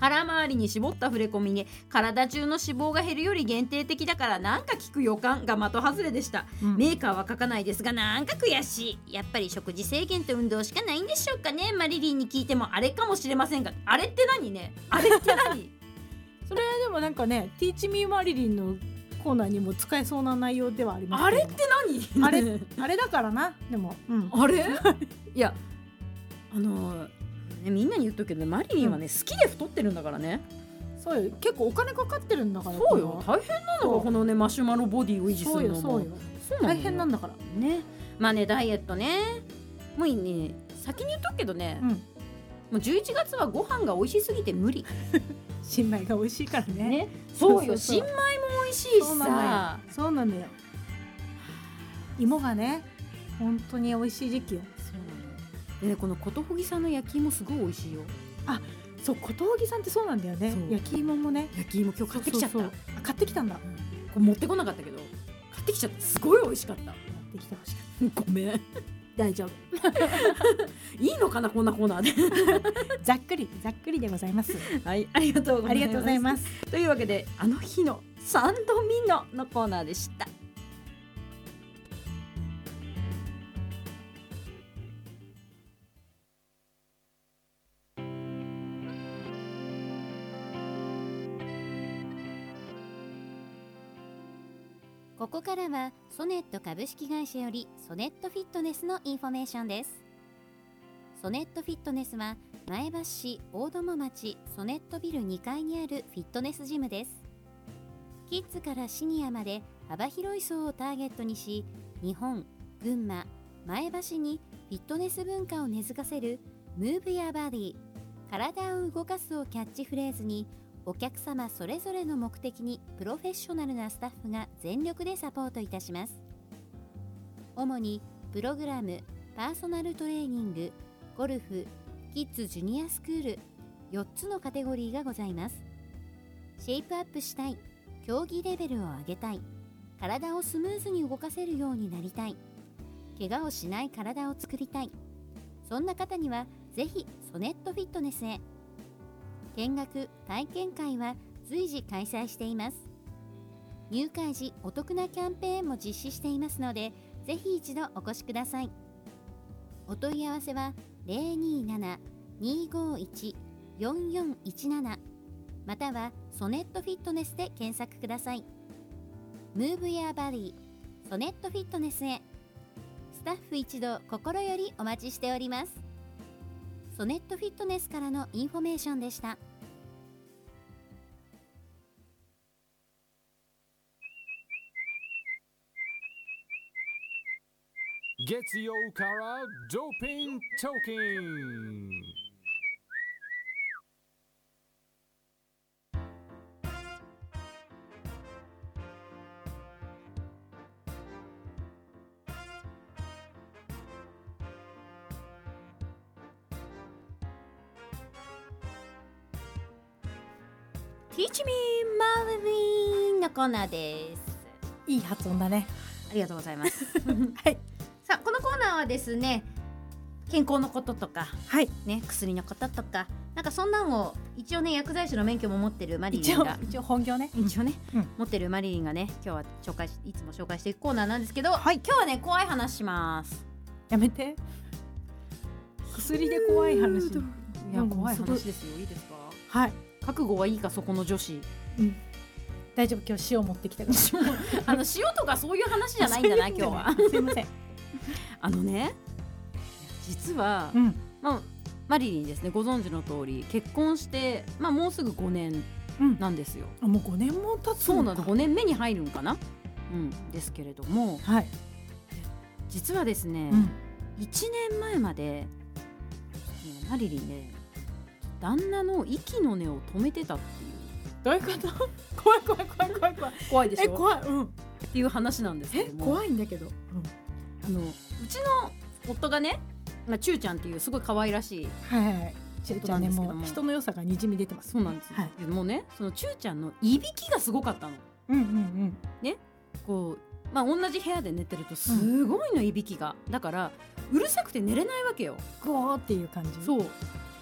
S4: 腹周りに絞った触れ込みに体中の脂肪が減るより限定的だからなんか効く予感が的外れでした
S3: うん
S4: メーカーは書かないですがなんか悔しいやっぱり食事制限と運動しかないんでしょうかねマリリンに聞いてもあれかもしれませんがあれって何ねあれって何
S3: それはでもなんかね「ティーチ・ミー・マリリン」のコーナーにも使えそうな内容ではあり [LAUGHS] ます
S4: あれっ
S3: けど
S4: て何 [LAUGHS]
S3: あれあれだからなでも、うん、
S4: あれいやあのーねみんなに言っとくけどねマリリンはね、好きで太ってるんだからね
S3: そうよ結構お金かかってるんだから
S4: そうよ大変なの
S3: そ
S4: が
S3: う
S4: このねマシュマロボディを維持す
S3: そう
S4: る
S3: よ
S4: のも
S3: そうよ
S4: そうなの
S3: 大
S4: よ
S3: 変なんだから、
S4: ねまあねダイエットねもういいね先に言っとくけどね、
S3: うん、
S4: もう11月はご飯が美味しすぎて無理
S3: 新米が美味しいからね
S4: ね
S3: そ
S4: そうう
S3: よ
S4: よ
S3: 新
S4: 新
S3: 米
S4: 米も美味しい
S3: そうな
S4: し
S3: の
S4: さ
S3: よそうなのよ芋がね本当に美味しい時期よ
S4: でねこのことほぎさんの焼き芋すごい美味しいよ
S3: そう小峠さんってそうなんだよね
S4: そう
S3: 焼き芋もね
S4: 焼き芋今日買ってきちゃった
S3: そうそうそうあ買ってきたんだ買
S4: これ持ってこなかったけど買ってきちゃったすごい美味しかった
S3: ってきてほしかっ
S4: [LAUGHS] ごめん大 [LAUGHS] 丈夫いいのかなこんなコーナーで
S3: たざっくりざっくり [LAUGHS] でございます
S4: はいありがとうございます
S3: ありがとうございます
S4: というわけであの日のサンドミノのコーナーでした
S2: ここからはソネット株式会社よりソネットフィットネスのインフォメーションです。ソネットフィットネスは前橋市大友町ソネットビル2階にあるフィットネスジムです。キッズからシニアまで幅広い層をターゲットにし、日本、群馬、前橋にフィットネス文化を根付かせる Move Your Body 体を動かすをキャッチフレーズにお客様それぞれの目的にプロフェッショナルなスタッフが全力でサポートいたします主にプログラムパーソナルトレーニングゴルフキッズジュニアスクール4つのカテゴリーがございますシェイプアップしたい競技レベルを上げたい体をスムーズに動かせるようになりたい怪我をしない体を作りたいそんな方にはぜひソネットフィットネスへ見学体験会は随時開催しています入会時お得なキャンペーンも実施していますのでぜひ一度お越しくださいお問い合わせは027-251-4417またはソネットフィットネスで検索くださいムーブやバディソネットフィットネスへスタッフ一同心よりお待ちしておりますソネットフィットネスからのインフォメーションでした
S1: 月曜からドーピングトーキング
S2: ティーチミーマーリンのコーナーです
S3: いい発音だね
S2: ありがとうございます
S4: [LAUGHS]
S3: はい
S2: さあこのコーナーはですね健康のこととか
S3: はい
S2: ね薬のこととかなんかそんなんを一応ね薬剤師の免許も持ってるマリリ
S3: 一
S2: ン
S3: 応
S2: が
S3: 一応本業ね
S2: 一応ね、
S3: うん
S2: 持ってるマリリンがね今日は紹介しいつも紹介していくコーナーなんですけど、
S3: はい
S2: 今日はね怖い話します
S3: やめて薬で怖い話いや怖い話
S4: ですよいいですか
S3: はい
S4: 覚悟はいいかそこの女
S3: [LAUGHS]
S4: 子
S3: 大丈夫今日塩持ってきたからじ
S4: あの塩とかそういう話じゃないんだな今日は
S3: [LAUGHS] すいません
S4: あのね実は、
S3: うん
S4: まあ、マリリンですねご存知の通り結婚して、まあ、もうすぐ5年
S3: うん
S4: なんですよ、
S3: あもう五年も経つ
S4: そうな
S3: の
S4: の
S3: か
S4: 5年目に入るんかな、うん、ですけれども
S3: はい
S4: 実はですね、
S3: うん
S4: 1年前までうんマリリンね旦那の息の根を止めてたっていう
S3: どういうこと怖い怖い怖い怖い怖い
S4: 怖いで
S3: え怖いうん
S4: っていう話なんですけ
S3: え
S4: ども
S3: 怖いんだけど
S4: あのうちの夫がね、まあ、ちゅうちゃんっていうすごい可愛らしい
S3: はいはいはいちょっとね
S4: ことなんですけども
S3: もう人の良さがにじみ出てます
S4: そうなんですよ、
S3: はい
S4: でもうねそのちゅうちゃんのいびきがすごかったの
S3: うんうんうん
S4: こう、まあ、同じ部屋で寝てるとすごいのいびきが、だからうるさくて寝れないわけよ
S3: ゴーっていう感じう
S4: そう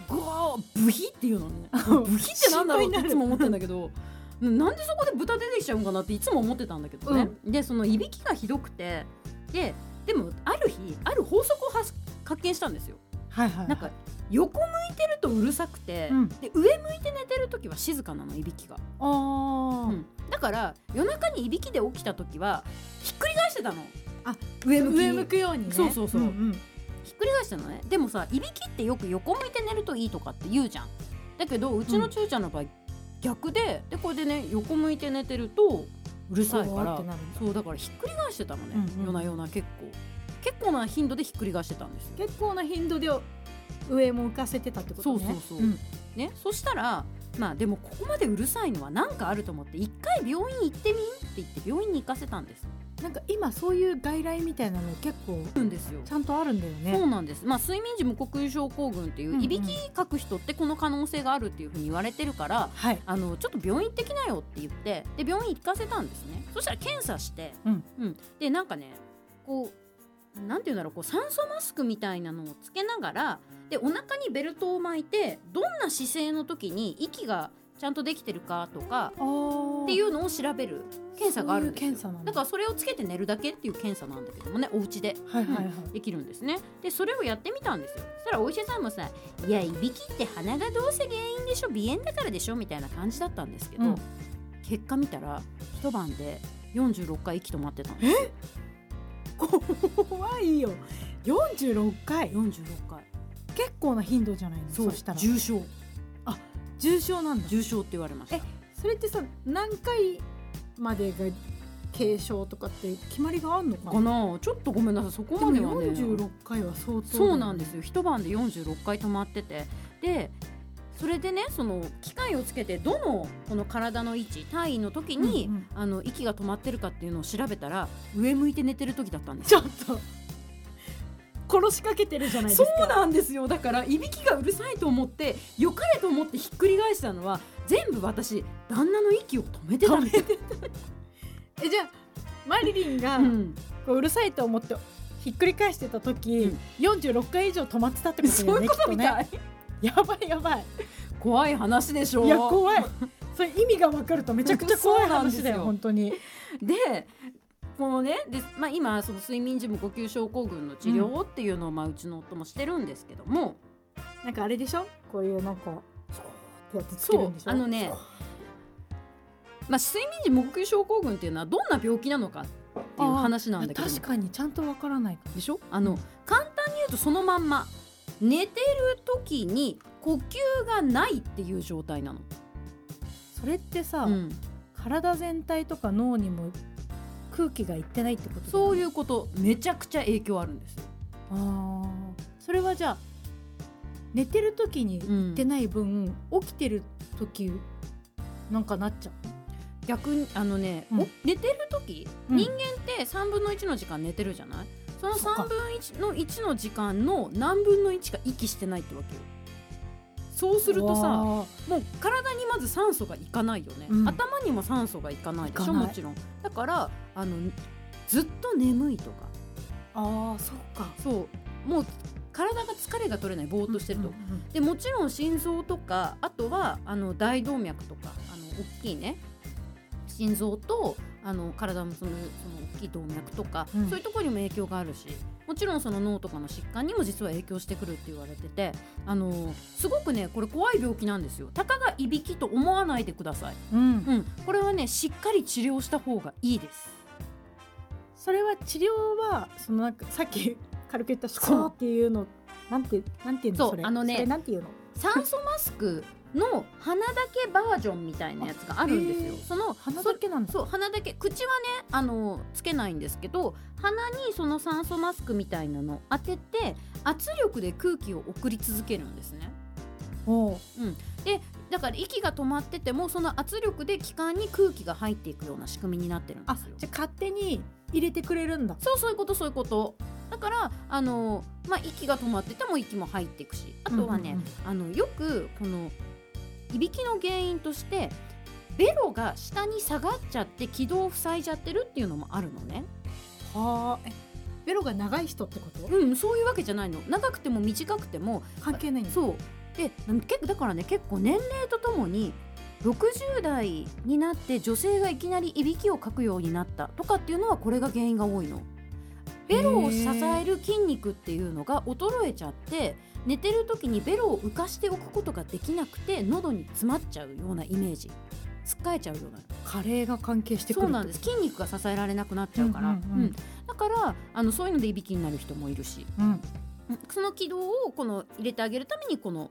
S4: ゴーブヒっていうのねブヒってなんだろうっていつも思ってんだけどななんでそこで豚出てきちゃうんかなっていつも思ってたんだけどね、でそのいびきがひどくてででもある日ある法則を発発見したんですよ
S3: はいはいはい
S4: なんか横向いてるとうるさくて、
S3: うん
S4: で上向いて寝てる時は静かなのいびきが、
S3: あ
S4: う
S3: ー
S4: んだから夜中にいびきで起きた時はひっくり返してたの
S3: あ
S4: 上向き
S3: 上向くようにね
S4: そうそうそうん
S3: ん
S4: ひっくり返したのねでもさいびきってよく横向いて寝るといいとかって言うじゃんだけどうちのちゅうちゃんの場合、逆ででこれでね横向いて寝てるとうるさいか
S3: ゴー
S4: ら
S3: ってなるんだ
S4: そうだからひっくり返してたのね、
S3: うんうん
S4: 夜な夜な結構結構な頻度でひっくり返してたんですよ
S3: 結構な頻度で上も浮かせてたってことね
S4: そうそうそう
S3: うん
S4: ね、そしたらまあでもここまでうるさいのは何かあると思って一回病院行ってみんって言って病院に行かせたんです
S3: なんか今そういう外来みたいなの結構
S4: うんですよ
S3: ちゃんとあるんだよ
S4: そ
S3: ね
S4: うなんです、まあ、睡眠時無呼吸症候群ってい
S3: うんう
S4: うんいびきかく人ってこの可能性があるっていうふうに言われてるから
S3: はい
S4: あのちょっと病院行ってきなよって言ってで病院行かせたんですねそしたら検査して、
S3: うん
S4: でなんかねこうなんて言うんだろうこう酸素マスクみたいなのをつけながらでお腹にベルトを巻いてどんな姿勢の時に息がちゃんとできてるかとか
S3: っ
S4: っていうのを調べる検査があるんですよ
S3: そういう検査なんだ
S4: だからそれをつけて寝るだけっていう検査なんだけどもねお家で
S3: はいはいはい、
S4: できるんですねでそれをやってみたんですよそしたらお医者さんもさ「いやいびきって鼻がどうせ原因でしょ鼻炎だからでしょ」みたいな感じだったんですけど、
S3: うん
S4: 結果見たら一晩で46回息止まってたんですよ
S3: 怖いよ46回
S4: 46回
S3: 結構な頻度じゃないのそしたら
S4: 重症
S3: 重症なんだ
S4: 重症って言われました
S3: えそれってさ何回までが軽症とかって決まりがあるのか
S4: か
S3: な
S4: なちょっとごめんなさいそこま
S3: で
S4: では
S3: も
S4: ね
S3: 46回は相当だよね
S4: そうなんですよ一晩で46回止まっててでそれでねその機械をつけてどのこの体の位置体位の時に、
S3: うんうん
S4: あの息が止まってるかっていうのを調べたら上向いて寝てる時だったんです
S3: ちょっと [LAUGHS] 殺しかけてるじゃないです
S4: そ
S3: か
S4: うなんですよだからいびきがうるさいと思ってよかれと思ってひっくり返したのは全部私旦那の息を止めてたんです
S3: えじゃあマリリンが
S4: うん
S3: こううるさいと思ってひっくり返してた時、46回以上止まってたってことだ
S4: [LAUGHS] そ
S3: よ
S4: うい
S3: ね
S4: うことみたい、
S3: きっとねやばいやばい
S4: 怖い話でしょ
S3: いや怖いそれ意味が分かるとめちゃくちゃ怖い話だよ
S4: そうなんですよ
S3: 本当に
S4: でこのねで、まあ、今その睡眠時無呼吸症候群の治療をっていうのを、まあ、うちの夫もしてるんですけども
S3: なんかあれでしょこういうなんかそうってやってつけるんでしょ
S4: そうあのねまあ、睡眠時無呼吸症候群っていうのはどんな病気なのかっていう話なんだけども
S3: 確かにちゃんとわからないかも
S4: でしょあの、簡単に言うとそのまんま寝てる時に呼吸がないっていう状態なの。
S3: それってさ、
S4: うん
S3: 体全体とか脳にも空気がいってないってことだよね
S4: そういうことめちゃくちゃ影響あるんです。
S3: あーそれはじゃあ寝てる時に行ってない分、起きてる時なんかなっちゃう
S4: 逆にあのね、
S3: うん
S4: お寝てる時、
S3: うん
S4: 人間って3分の1の時間寝てるじゃないその
S3: そっか
S4: 3分1の1の時間の何分の1か息してないってわけよそうするとさも
S3: わー
S4: う体にまず酸素がいかないよね、
S3: うん
S4: 頭にも酸素がいかないでし
S3: いか
S4: ょ
S3: ない
S4: もちろんだからあのずっと眠いとか
S3: あーそっか
S4: そうもう体が疲れが取れないぼーっとしてると、
S3: うんうんうん
S4: でもちろん心臓とかあとはあの大動脈とかあの大きいね心臓とあの体のそのその大きい動脈とか、
S3: うん
S4: そういうところにも影響があるしもちろんその脳とかの疾患にも実は影響してくるって言われててあのすごくねこれ怖い病気なんですよたかがいびきと思わないでください、
S3: うん
S4: うん、これはねしっかり治療した方がいいです
S3: それは治療はそのなんかさっき軽く言った「スコー」っていうのなんてなんていうの
S4: そう
S3: それ
S4: あのね
S3: それなんていうの
S4: 酸素マスクの鼻だけバージョンみたいなやつがあるんです [LAUGHS] よ
S3: あへー
S4: その
S3: 鼻だけなんだ
S4: そう鼻だけ口はねあのつけないんですけど鼻にその酸素マスクみたいなのを当てて圧力で空気を送り続けるんですね
S3: おう
S4: だから息が止まっててもその圧力で気管に空気が入っていくような仕組みになってるんで
S3: あ
S4: すよ
S3: じゃあ勝手に入れてくれるんだ
S4: そうそういうことそういうことだからあの、まあ、息が止まってても息も入っていくしあとは
S3: うん
S4: ね、
S3: うん
S4: あのよくこのいびきの原因としてベロが下に下がっちゃって気道を塞いじゃってるっていうのもあるのね。
S3: はあえベロが長い人ってこと
S4: うん、そういうわけじゃないの長くても短くても
S3: 関係ないんだ
S4: そうでなん結構だからね結構年齢とともに60代になって女性がいきなりいびきをかくようになったとかっていうのはこれが原因が多いの。ベロを支える筋肉っていうのが衰えちゃって寝てる時にベロを浮かしておくことができなくて喉に詰まっちゃうようなイメージつっかえちゃうような
S3: カレーが関係してくる
S4: そうなん
S3: だ
S4: です筋肉が支えられなくなっちゃうか
S3: う
S4: ら、
S3: んうんうん
S4: うんだからあのそういうのでいびきになる人もいるし
S3: うん
S4: その軌道をこの入れてあげるためにこの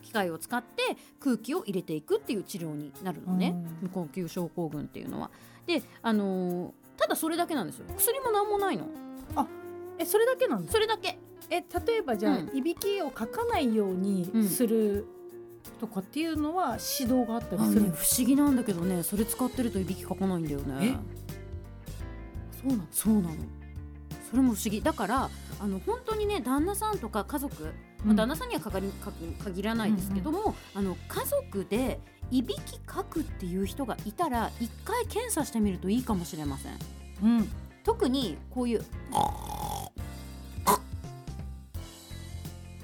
S4: 機械を使って空気を入れていくっていう治療になるのね、
S3: うん
S4: 無呼吸症候群っていうのは。で、あのーただそれだけなんですよ薬も何もないの
S3: えそれだけなんだ
S4: それだけ
S3: え例えばじゃあ、
S4: うん
S3: いびきをかかないよう
S4: うん
S3: にするとかっていうのは指導があったりするん
S4: あのね不思議なんだけどねそれ使ってるといびきかかないんだよねそうなのそうなのそれも不思議だからあの本当にね旦那さんとか家族まあ、旦那さんにはかかりか限らないですけども、あの家族でいびきかくっていう人がいたら一回検査してみるといいかもしれません
S3: うんうん
S4: 特にこういう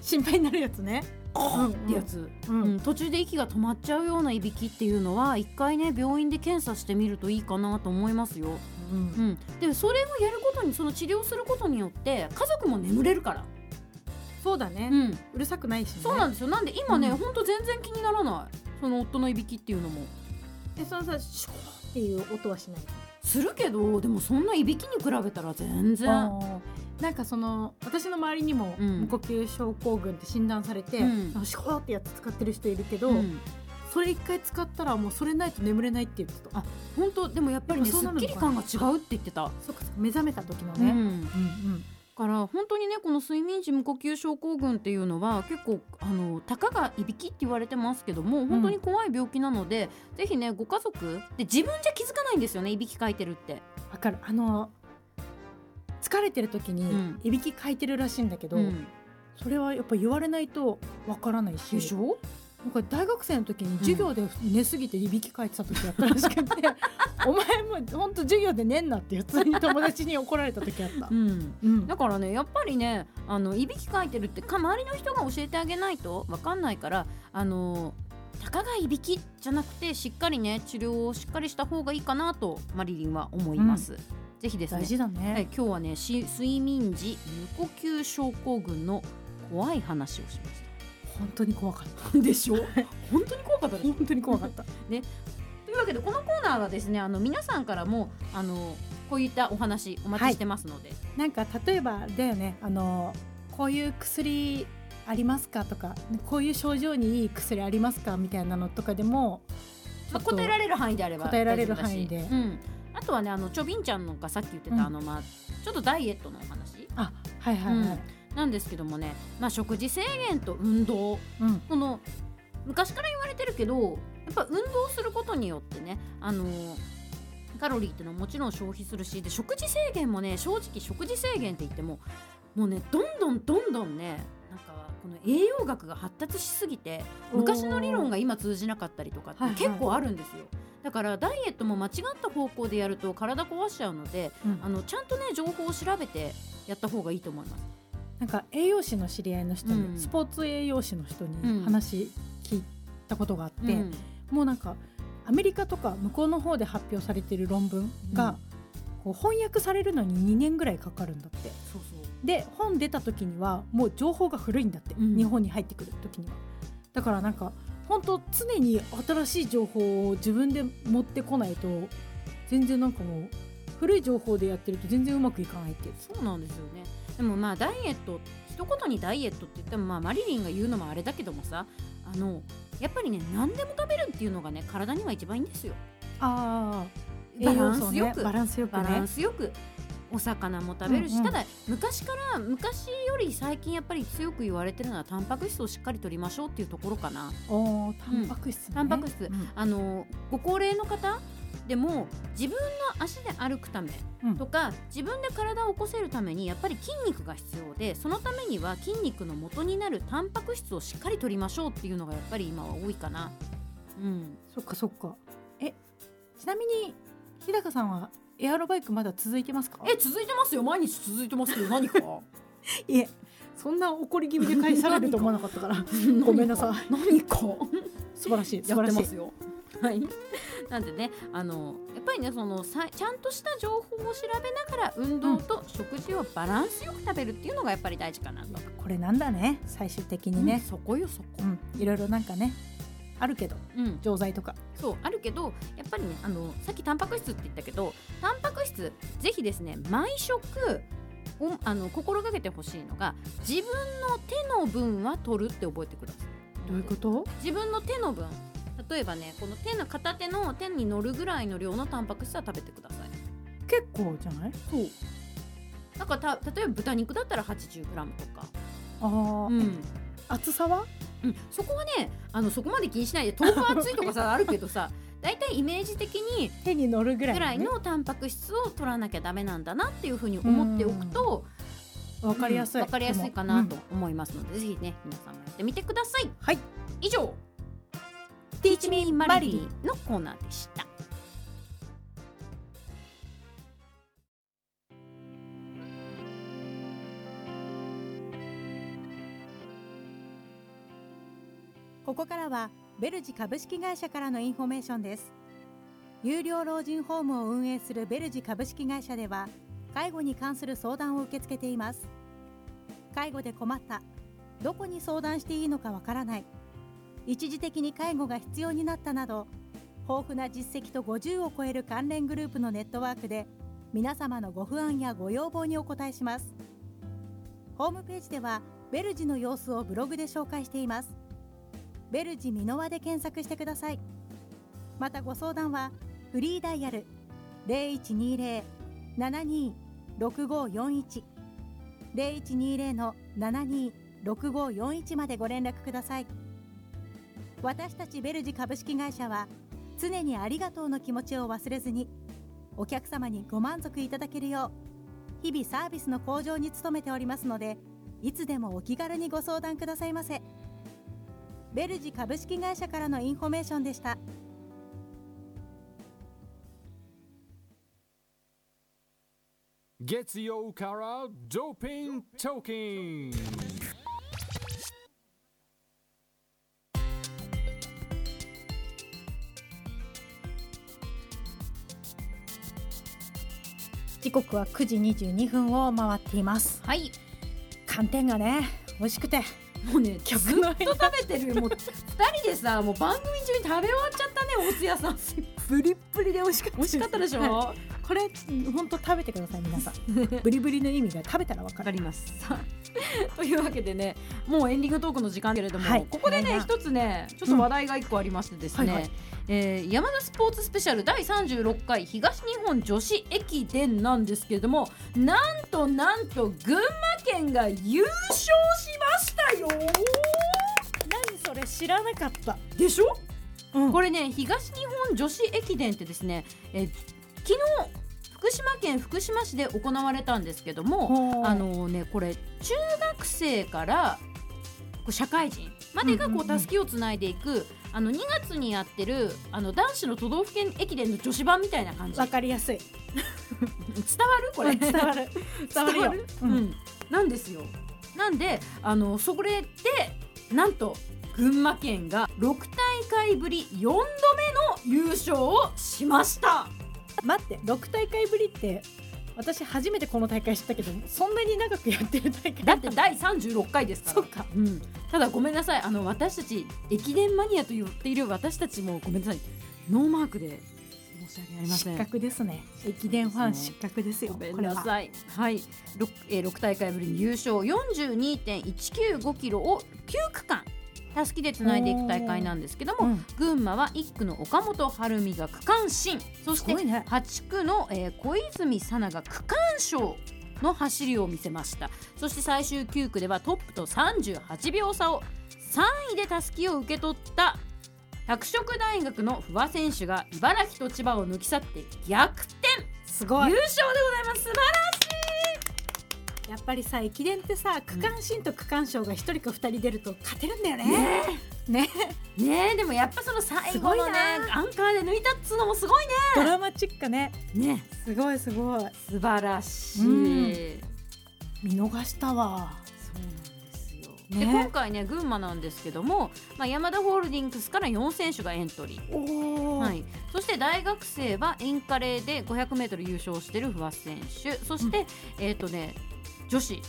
S3: 心配になるやつねうん
S4: ってやつ、
S3: う
S4: うん
S3: ん
S4: 途中で息が止まっちゃうようないびきっていうのは一回ね病院で検査してみるといいかなと思いますよ、
S3: うん
S4: うん、でそれをやることにその治療することによって家族も眠れるから、
S3: そうだね、
S4: うん、
S3: うるさくないしね
S4: そうなんですよなんで今ね、
S3: うん
S4: ほんと全然気にならないその夫のいびきっていうのも
S3: えそのさシュコーっていう音はしない
S4: するけどでもそんないびきに比べたら全然
S3: あーなんかその私の周りにも、
S4: うん
S3: 無呼吸症候群って診断されて、
S4: うん
S3: あのシュコーってやつ使ってる人いるけど、
S4: うん
S3: それ一回使ったらもうそれないと眠れないって言ってた
S4: あ本当でもやっぱりね
S3: やっぱそ
S4: す
S3: うな
S4: っ
S3: の
S4: き
S3: か
S4: り感が違うって言ってた、
S3: そっかそっか目覚めた時の
S4: ね
S3: ね、
S4: だ
S3: うんうん
S4: から本当にねこの睡眠時無呼吸症候群っていうのは結構あのたかがいびきって言われてますけども本当に怖い病気なので、ぜひねご家族で自分じゃ気づかないんですよねいびきかいてるって。
S3: わかるあの疲れてる時
S4: うん
S3: にいびきかいてるらしいんだけど、
S4: うん
S3: それはやっぱ言われないとわからないし
S4: でしょ
S3: なんか大学生の時に授業で寝すぎていびきかいてた時あったら
S4: [LAUGHS]
S3: しくて、お前も本当授業で寝んなって普通に友達に怒られた時あった
S4: う。ん
S3: うん
S4: だからねやっぱりねあのいびきかいてるってか周りの人が教えてあげないと分かんないからあのたかがいびきじゃなくてしっかりね治療をしっかりした方がいいかなとマリリンは思います。ぜひですね
S3: 大事だね、
S4: はい、今日はねし睡眠時無呼吸症候群の怖い話をしまし
S3: 本当に怖かった
S4: でしょ本当に怖かっ
S3: た
S4: たでしょ
S3: 本当に怖かった
S4: というわけでこのコーナーはですねあの皆さんからもあのこういったお話お待ちしてますので、
S3: なんか例えばだよねあのこういう薬ありますかとかこういう症状にいい薬ありますかみたいなのとかでも
S4: まあ、
S3: ちょっと
S4: 答えられる範囲であれば
S3: 答えられる
S4: 大丈夫だし
S3: 範囲で
S4: うん、あとはねあのちょびんちゃんのがさっき言ってた、
S3: うん
S4: あのまあちょっとダイエットのお話
S3: あはいはいはい、
S4: なんですけどもね、まあ、食事制限と運動
S3: うん
S4: この昔から言われてるけどやっぱ運動することによってねあのカロリーってのはもちろん消費するしで食事制限もね正直食事制限って言ってももうねどんどんどんどんねなんかこの栄養学が発達しすぎて昔の理論が今通じなかったりとかって
S3: はいはい
S4: 結構あるんですよ。だからダイエットも間違った方向でやると体壊しちゃうので、
S3: うん
S4: あのちゃんとね情報を調べてやった方がいいと思います。
S3: なんか栄養士の知り合いの人に、
S4: うん
S3: スポーツ栄養士の人
S4: うん
S3: に話聞いたことがあって、
S4: うん
S3: もうなんかアメリカとか向こうの方で発表されてる論文
S4: うん
S3: が、こう翻訳されるのに2年ぐらいかかるんだって
S4: そうそう
S3: で本出た時にはもう情報が古いんだって、
S4: うん
S3: 日本に入ってくる時にはだからなんか本当常に新しい情報を自分で持ってこないと全然なんかもう古い情報でやってると全然うまくいかないって
S4: そうなんですよねでもまあダイエット一言にダイエットって言ってもまあマリリンが言うのもあれだけどもさあのやっぱりね何でも食べるっていうのがね体には一番いいんですよ
S3: ああ
S4: バランスよく、
S3: バランスよく
S4: バラ
S3: ね
S4: ンスよくお魚も食べるし、
S3: うんうん
S4: ただ昔から昔より最近やっぱり強く言われてるのはタンパク質をしっかりとりましょうっていうところかな
S3: おータンパク質ね、
S4: タンパク質
S3: うん
S4: あのご高齢の方でも自分の足で歩くため
S3: うん
S4: とか、自分で体を起こせるためにやっぱり筋肉が必要でそのためには筋肉の元になるタンパク質をしっかり取りましょうっていうのがやっぱり今は多いかな。うん、
S3: そっかそっかえちなみに日高さんはエアロバイクまだ続いてますか
S4: え続いてますよ毎日続いてますけど何か
S3: いえそんな怒り気味で返されると思わなかった [LAUGHS] からごめんなさい
S4: 何か
S3: 素晴らしい素
S4: や
S3: 晴
S4: っ
S3: ら
S4: て
S3: しい
S4: ますよ。はい、 [LAUGHS] なんでねあのやっぱりねそのさちゃんとした情報を調べながら運動と食事をバランスよく食べるっていうのがやっぱり大事かなと。
S3: これなんだね最終的に
S4: うん
S3: ね、
S4: そこよそこ、
S3: うんいろいろなんかねあるけど
S4: うん、
S3: 錠剤とか
S4: そうあるけどやっぱりねあのさっきタンパク質って言ったけどタンパク質ぜひですね毎食おあの心がけてほしいのが自分の手の分は取るって覚えてください。
S3: と
S4: 自分の手の分例えばねこの手の片手の手に乗るぐらいの量のタンパク質は食べてください。
S3: 結構じゃない
S4: そうなんかた例えば豚肉だったら 80g とか、
S3: あー、
S4: うん
S3: 厚さは
S4: うん、そこはねあのそこまで気にしないで豆腐熱いとかさあるけどさ大体イメージ的に
S3: 手に乗るぐらい,、
S4: ぐらいのタンパク質を取らなきゃダメなんだなっていうふうに思っておくと
S3: わかりやすい、
S4: うんわかりやすいかな
S3: で
S4: と
S3: も
S4: 思いますので、ぜひね皆さんもやってみてください
S3: はい
S4: 以上「Teach Me マリリン」のコーナーでした
S3: ここからはベルジ株式会社からのインフォメーションです有料老人ホームを運営するベルジ株式会社では介護に関する相談を受け付けています介護で困ったどこに相談していいのかわからない一時的に介護が必要になったなど豊富な実績と50を超える関連グループのネットワークで皆様のご不安やご要望にお応えしますホームページではベルジの様子をブログで紹介していますベルジミノワで検索してくださいまたご相談はフリーダイヤル0120-726541 0120-726541までご連絡ください私たちベルジ株式会社は常にありがとうの気持ちを忘れずにお客様にご満足いただけるよう日々サービスの向上に努めておりますのでいつでもお気軽にご相談くださいませ。ベルジ株式会社からのインフォメーションでした。
S1: Getio Kara Doping Toking.
S3: 時時刻は9時22分を回っています
S4: はい
S3: 寒天がね美味しくて
S4: もうねずっ
S3: 曲の
S4: と食べてるよもう二人でさもう番組中に食べ終わっちゃったねおつ
S3: [LAUGHS]
S4: やさん
S3: ブリッブリで美味しかった
S4: 美味しかったでしょ
S3: はい
S4: わ
S3: これ本当食べてください
S4: [LAUGHS]
S3: 皆さんブリブリの意味が食べたらわかる
S4: かりますさあ [LAUGHS] というわけでねもうエンディングトークの時間けれども、
S3: はい
S4: ここでね
S3: 早いな
S4: 一つねちょっと話題が一個ありましてですね、
S3: うんはいはい
S4: えー山田スポーツスペシャル第36回東日本女子駅伝なんですけれどもなんとなんと群馬県が優勝しましたよ
S3: 何それ知らなかった
S4: でしょ
S3: うん
S4: これね東日本女子駅伝ってですねえー昨日福島県福島市で行われたんですけども
S3: ほう
S4: あのねこれ中学生からこう社会人までが
S3: うん
S4: こ
S3: うんう
S4: うん助けをつないでいく、あの2月にやってるあの男子の都道府県駅伝の女子版みたいな感じ伝
S3: わ
S4: わ
S3: かりやすい
S4: るこれ
S3: 伝
S4: [LAUGHS]
S3: わる伝わるよ
S4: う
S3: うん
S4: ん、なんですよなんであのそれでなんと群馬県が6大会ぶり4度目の優勝をしました
S3: 待って6大会ぶりって私初めてこの大会知ったけどそんなに長くやってる大会
S4: だって第36回ですから
S3: そっか
S4: うん、ただごめんなさいあの私たち駅伝マニアと言っている私たちもごめんなさいノーマークで申し訳ありませ
S3: 失
S4: ん
S3: 格ですね駅伝ファン
S4: そうです
S3: 失
S4: ね
S3: 格ですよ
S4: ごめ
S3: こ
S4: ん
S3: れ
S4: な
S3: は
S4: さい。はい、六えー六大会ぶりに優勝42.195キロを9区間たすきでつないでいく大会なんですけども、
S3: うん
S4: 群馬は1区の岡本晴美が区間新、そして
S3: すごいね
S4: 8区の、えー小泉佐奈が区間賞。の走りを見せましたそして最終9区ではトップと38秒差を3位でたすきを受け取った拓殖大学の不破選手が茨城と千葉を抜き去って逆転
S3: すごい
S4: 優勝でございます素晴
S3: やっぱりさ駅伝ってさ区間新と区間賞が一人か二人出ると勝てるんだよねね
S4: らねえでもやっぱその最後の
S3: すごい
S4: ね
S3: な
S4: アンカーで抜いたっつうのもすごい
S3: ドラマチックね
S4: ねね
S3: すごいすごい
S4: 素晴らしい、
S3: うん
S4: そう
S3: 見逃したわ
S4: なんですよ
S3: ね
S4: で今回ね群馬なんですけども、まあ、山田ホールディングスから4選手がエントリー、
S3: おお、
S4: はい、そして大学生はインカレで 500m 優勝してる不破選手そして、えっ、とね女子、
S3: うん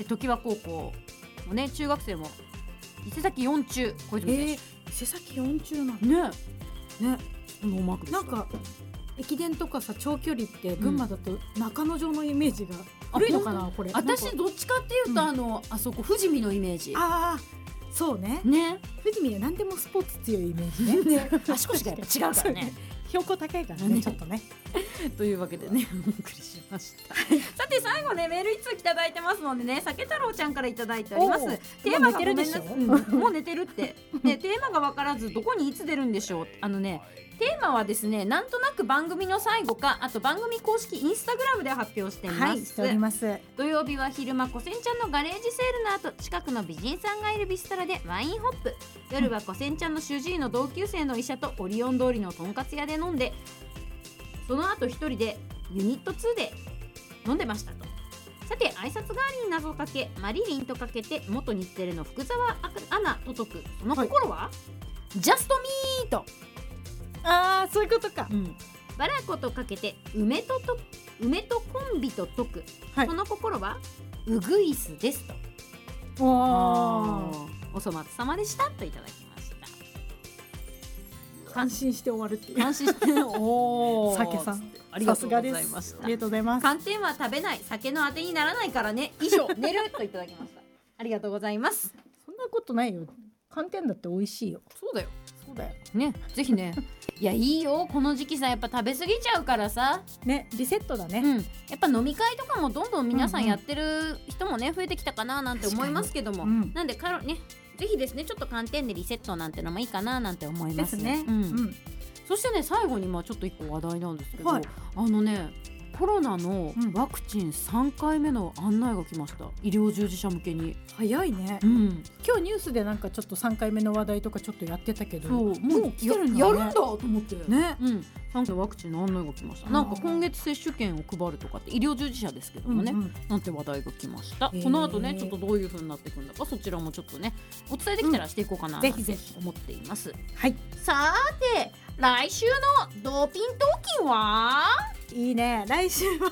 S4: え常盤高校もね中学生も伊勢崎4中小泉選
S3: えー、伊勢崎四中なの
S4: 手ね
S3: ね
S4: ノーマークで
S3: な
S4: す
S3: んか駅伝とかさ長距離って群馬だと中野城のイメージが古いのかな、これなん
S4: 私
S3: か
S4: どっちかっていうと、
S3: うん
S4: あのあそこ富士見のイメージ
S3: ああそうね
S4: ね
S3: 富士見は何でもスポーツ強いイメー [LAUGHS] ジね
S4: 足腰がやっぱ違うからね
S3: 標高高いからね
S4: ね
S3: ちょっとね
S4: というわけでね [LAUGHS] お送りしましたさて最後ねメール一通いただいてますのでね酒太郎ちゃんからいただいております
S3: おー
S4: テーマ
S3: もう寝
S4: が
S3: てるでしょ
S4: ごめんなさい [LAUGHS] うんもう寝てるってでテーマが分からずどこにいつ出るんでしょうあのねテーマはですねなんとなく番組の最後かあと番組公式インスタグラムで発表しています、
S3: はいしております
S4: 土曜日は昼間こせんちゃんのガレージセールの後近くの美人さんがいるビストラでワインホップ夜はこせんちゃんの主治医の同級生の医者とオリオン通りのとんかつ屋で飲んでその後一人でユニット2で飲んでましたとさて挨拶代わりに謎かけマリリンとかけて元日テレの福澤アナと解くその心は、ジャストミート
S3: ああそういうことか
S4: バラコとかけて梅とと梅とコンビと解く、
S3: はい
S4: その心はウグイスです
S3: お
S4: と
S3: お
S4: お粗末様でしたといただきま
S3: [LAUGHS]
S4: した
S3: 感心して終わるっていう
S4: 感心しておー
S3: 酒さん
S4: ありがとうござい
S3: さ
S4: ます
S3: がです
S4: した
S3: ありがとうございます
S4: 寒天は食べない酒のあてにならないからね
S3: [LAUGHS]
S4: 以上寝るといただきましたありがとうございます
S3: そんなことないよ寒天だって美味しいよ
S4: そうだよ
S3: そうだよ
S4: ねぜひね [LAUGHS] いやいいよこの時期さやっぱ食べ過ぎちゃうからさ
S3: ねリセットだね、
S4: うん、やっぱ飲み会とかもどんどん皆さ
S3: うん
S4: ん
S3: うん
S4: やってる人もね増えてきたかななんて思いますけども、
S3: 確かにうん
S4: なんでカロねぜひですねちょっと寒天でリセットなんてのもいいかななんて思い
S3: で
S4: ますす
S3: ね、
S4: うん
S3: うん
S4: そしてね最後にまあちょっと一個話題なんですけど、
S3: はい
S4: あのねコロナの
S3: うん
S4: ワクチン3回目の案内が来ました、医療従事者向けに、
S3: 早いね
S4: うん、
S3: 今日ニュースでなんかちょっと3回目の話題とかちょっとやってたけど
S4: そうもう
S3: 来てるんだね
S4: ややるんだと思って
S3: ね
S4: うん、3回ワクチンの案内が来ましたなんか今月接種券を配るとかって医療従事者ですけどもね、
S3: うんうん
S4: なんて話題が来ました、
S3: へー
S4: この後ねちょっとどういう風になっていくんだかそちらもちょっとねお伝えできたらしていこうかな、
S3: うんぜひぜひ
S4: 思っています
S3: はい
S4: さーて来週のドーピントーキンはい
S3: いね来週は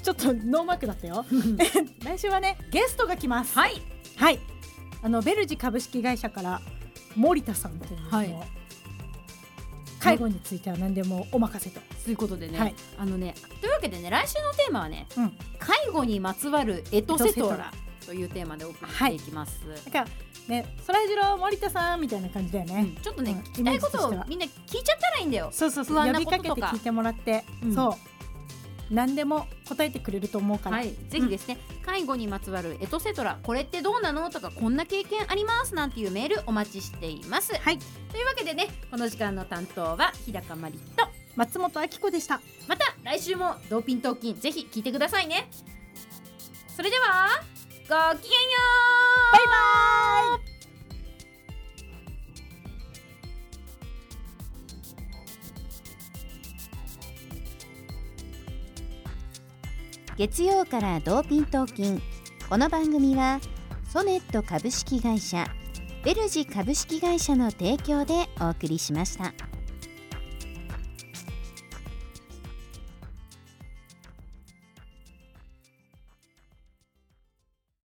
S3: ちょっとノーマークだった
S4: [LAUGHS]
S3: よ来週はねゲストが来ます
S4: はい
S3: はいあのベルジ株式会社から森田さんというのを、
S4: はい
S3: 介護については何でもお任せと
S4: ということでね、
S3: はい
S4: あのねというわけでね来週のテーマはね、
S3: うん
S4: 介護にまつわるエトセトラというテーマでお送りし
S3: は
S4: て
S3: い
S4: いきます、
S3: だからねそらジロー森田さんみたいな感じだよね、
S4: うんちょっとね、
S3: うん
S4: 聞きたいこと
S3: イメージとして
S4: を
S3: は
S4: みんな聞いちゃったらいいんだよ
S3: そうそうそう
S4: 不安
S3: 呼
S4: な
S3: び
S4: こと
S3: か
S4: と
S3: け
S4: か
S3: て聞いてもらって、
S4: うん
S3: そう何でも答えてくれると思うから、
S4: はい、ぜひですね、介護にまつわるエトセトラこれってどうなのとかこんな経験ありますなんていうメールお待ちしています、
S3: はい
S4: というわけでねこの時間の担当は日高まりと
S3: 松本明子でした
S4: また来週もドーピントーキンぜひ聞いてくださいねそれではごきげんよう
S3: バイバイ
S2: 月曜からドーピントーキンこの番組はソネット株式会社ベルジ株式会社の提供でお送りしました。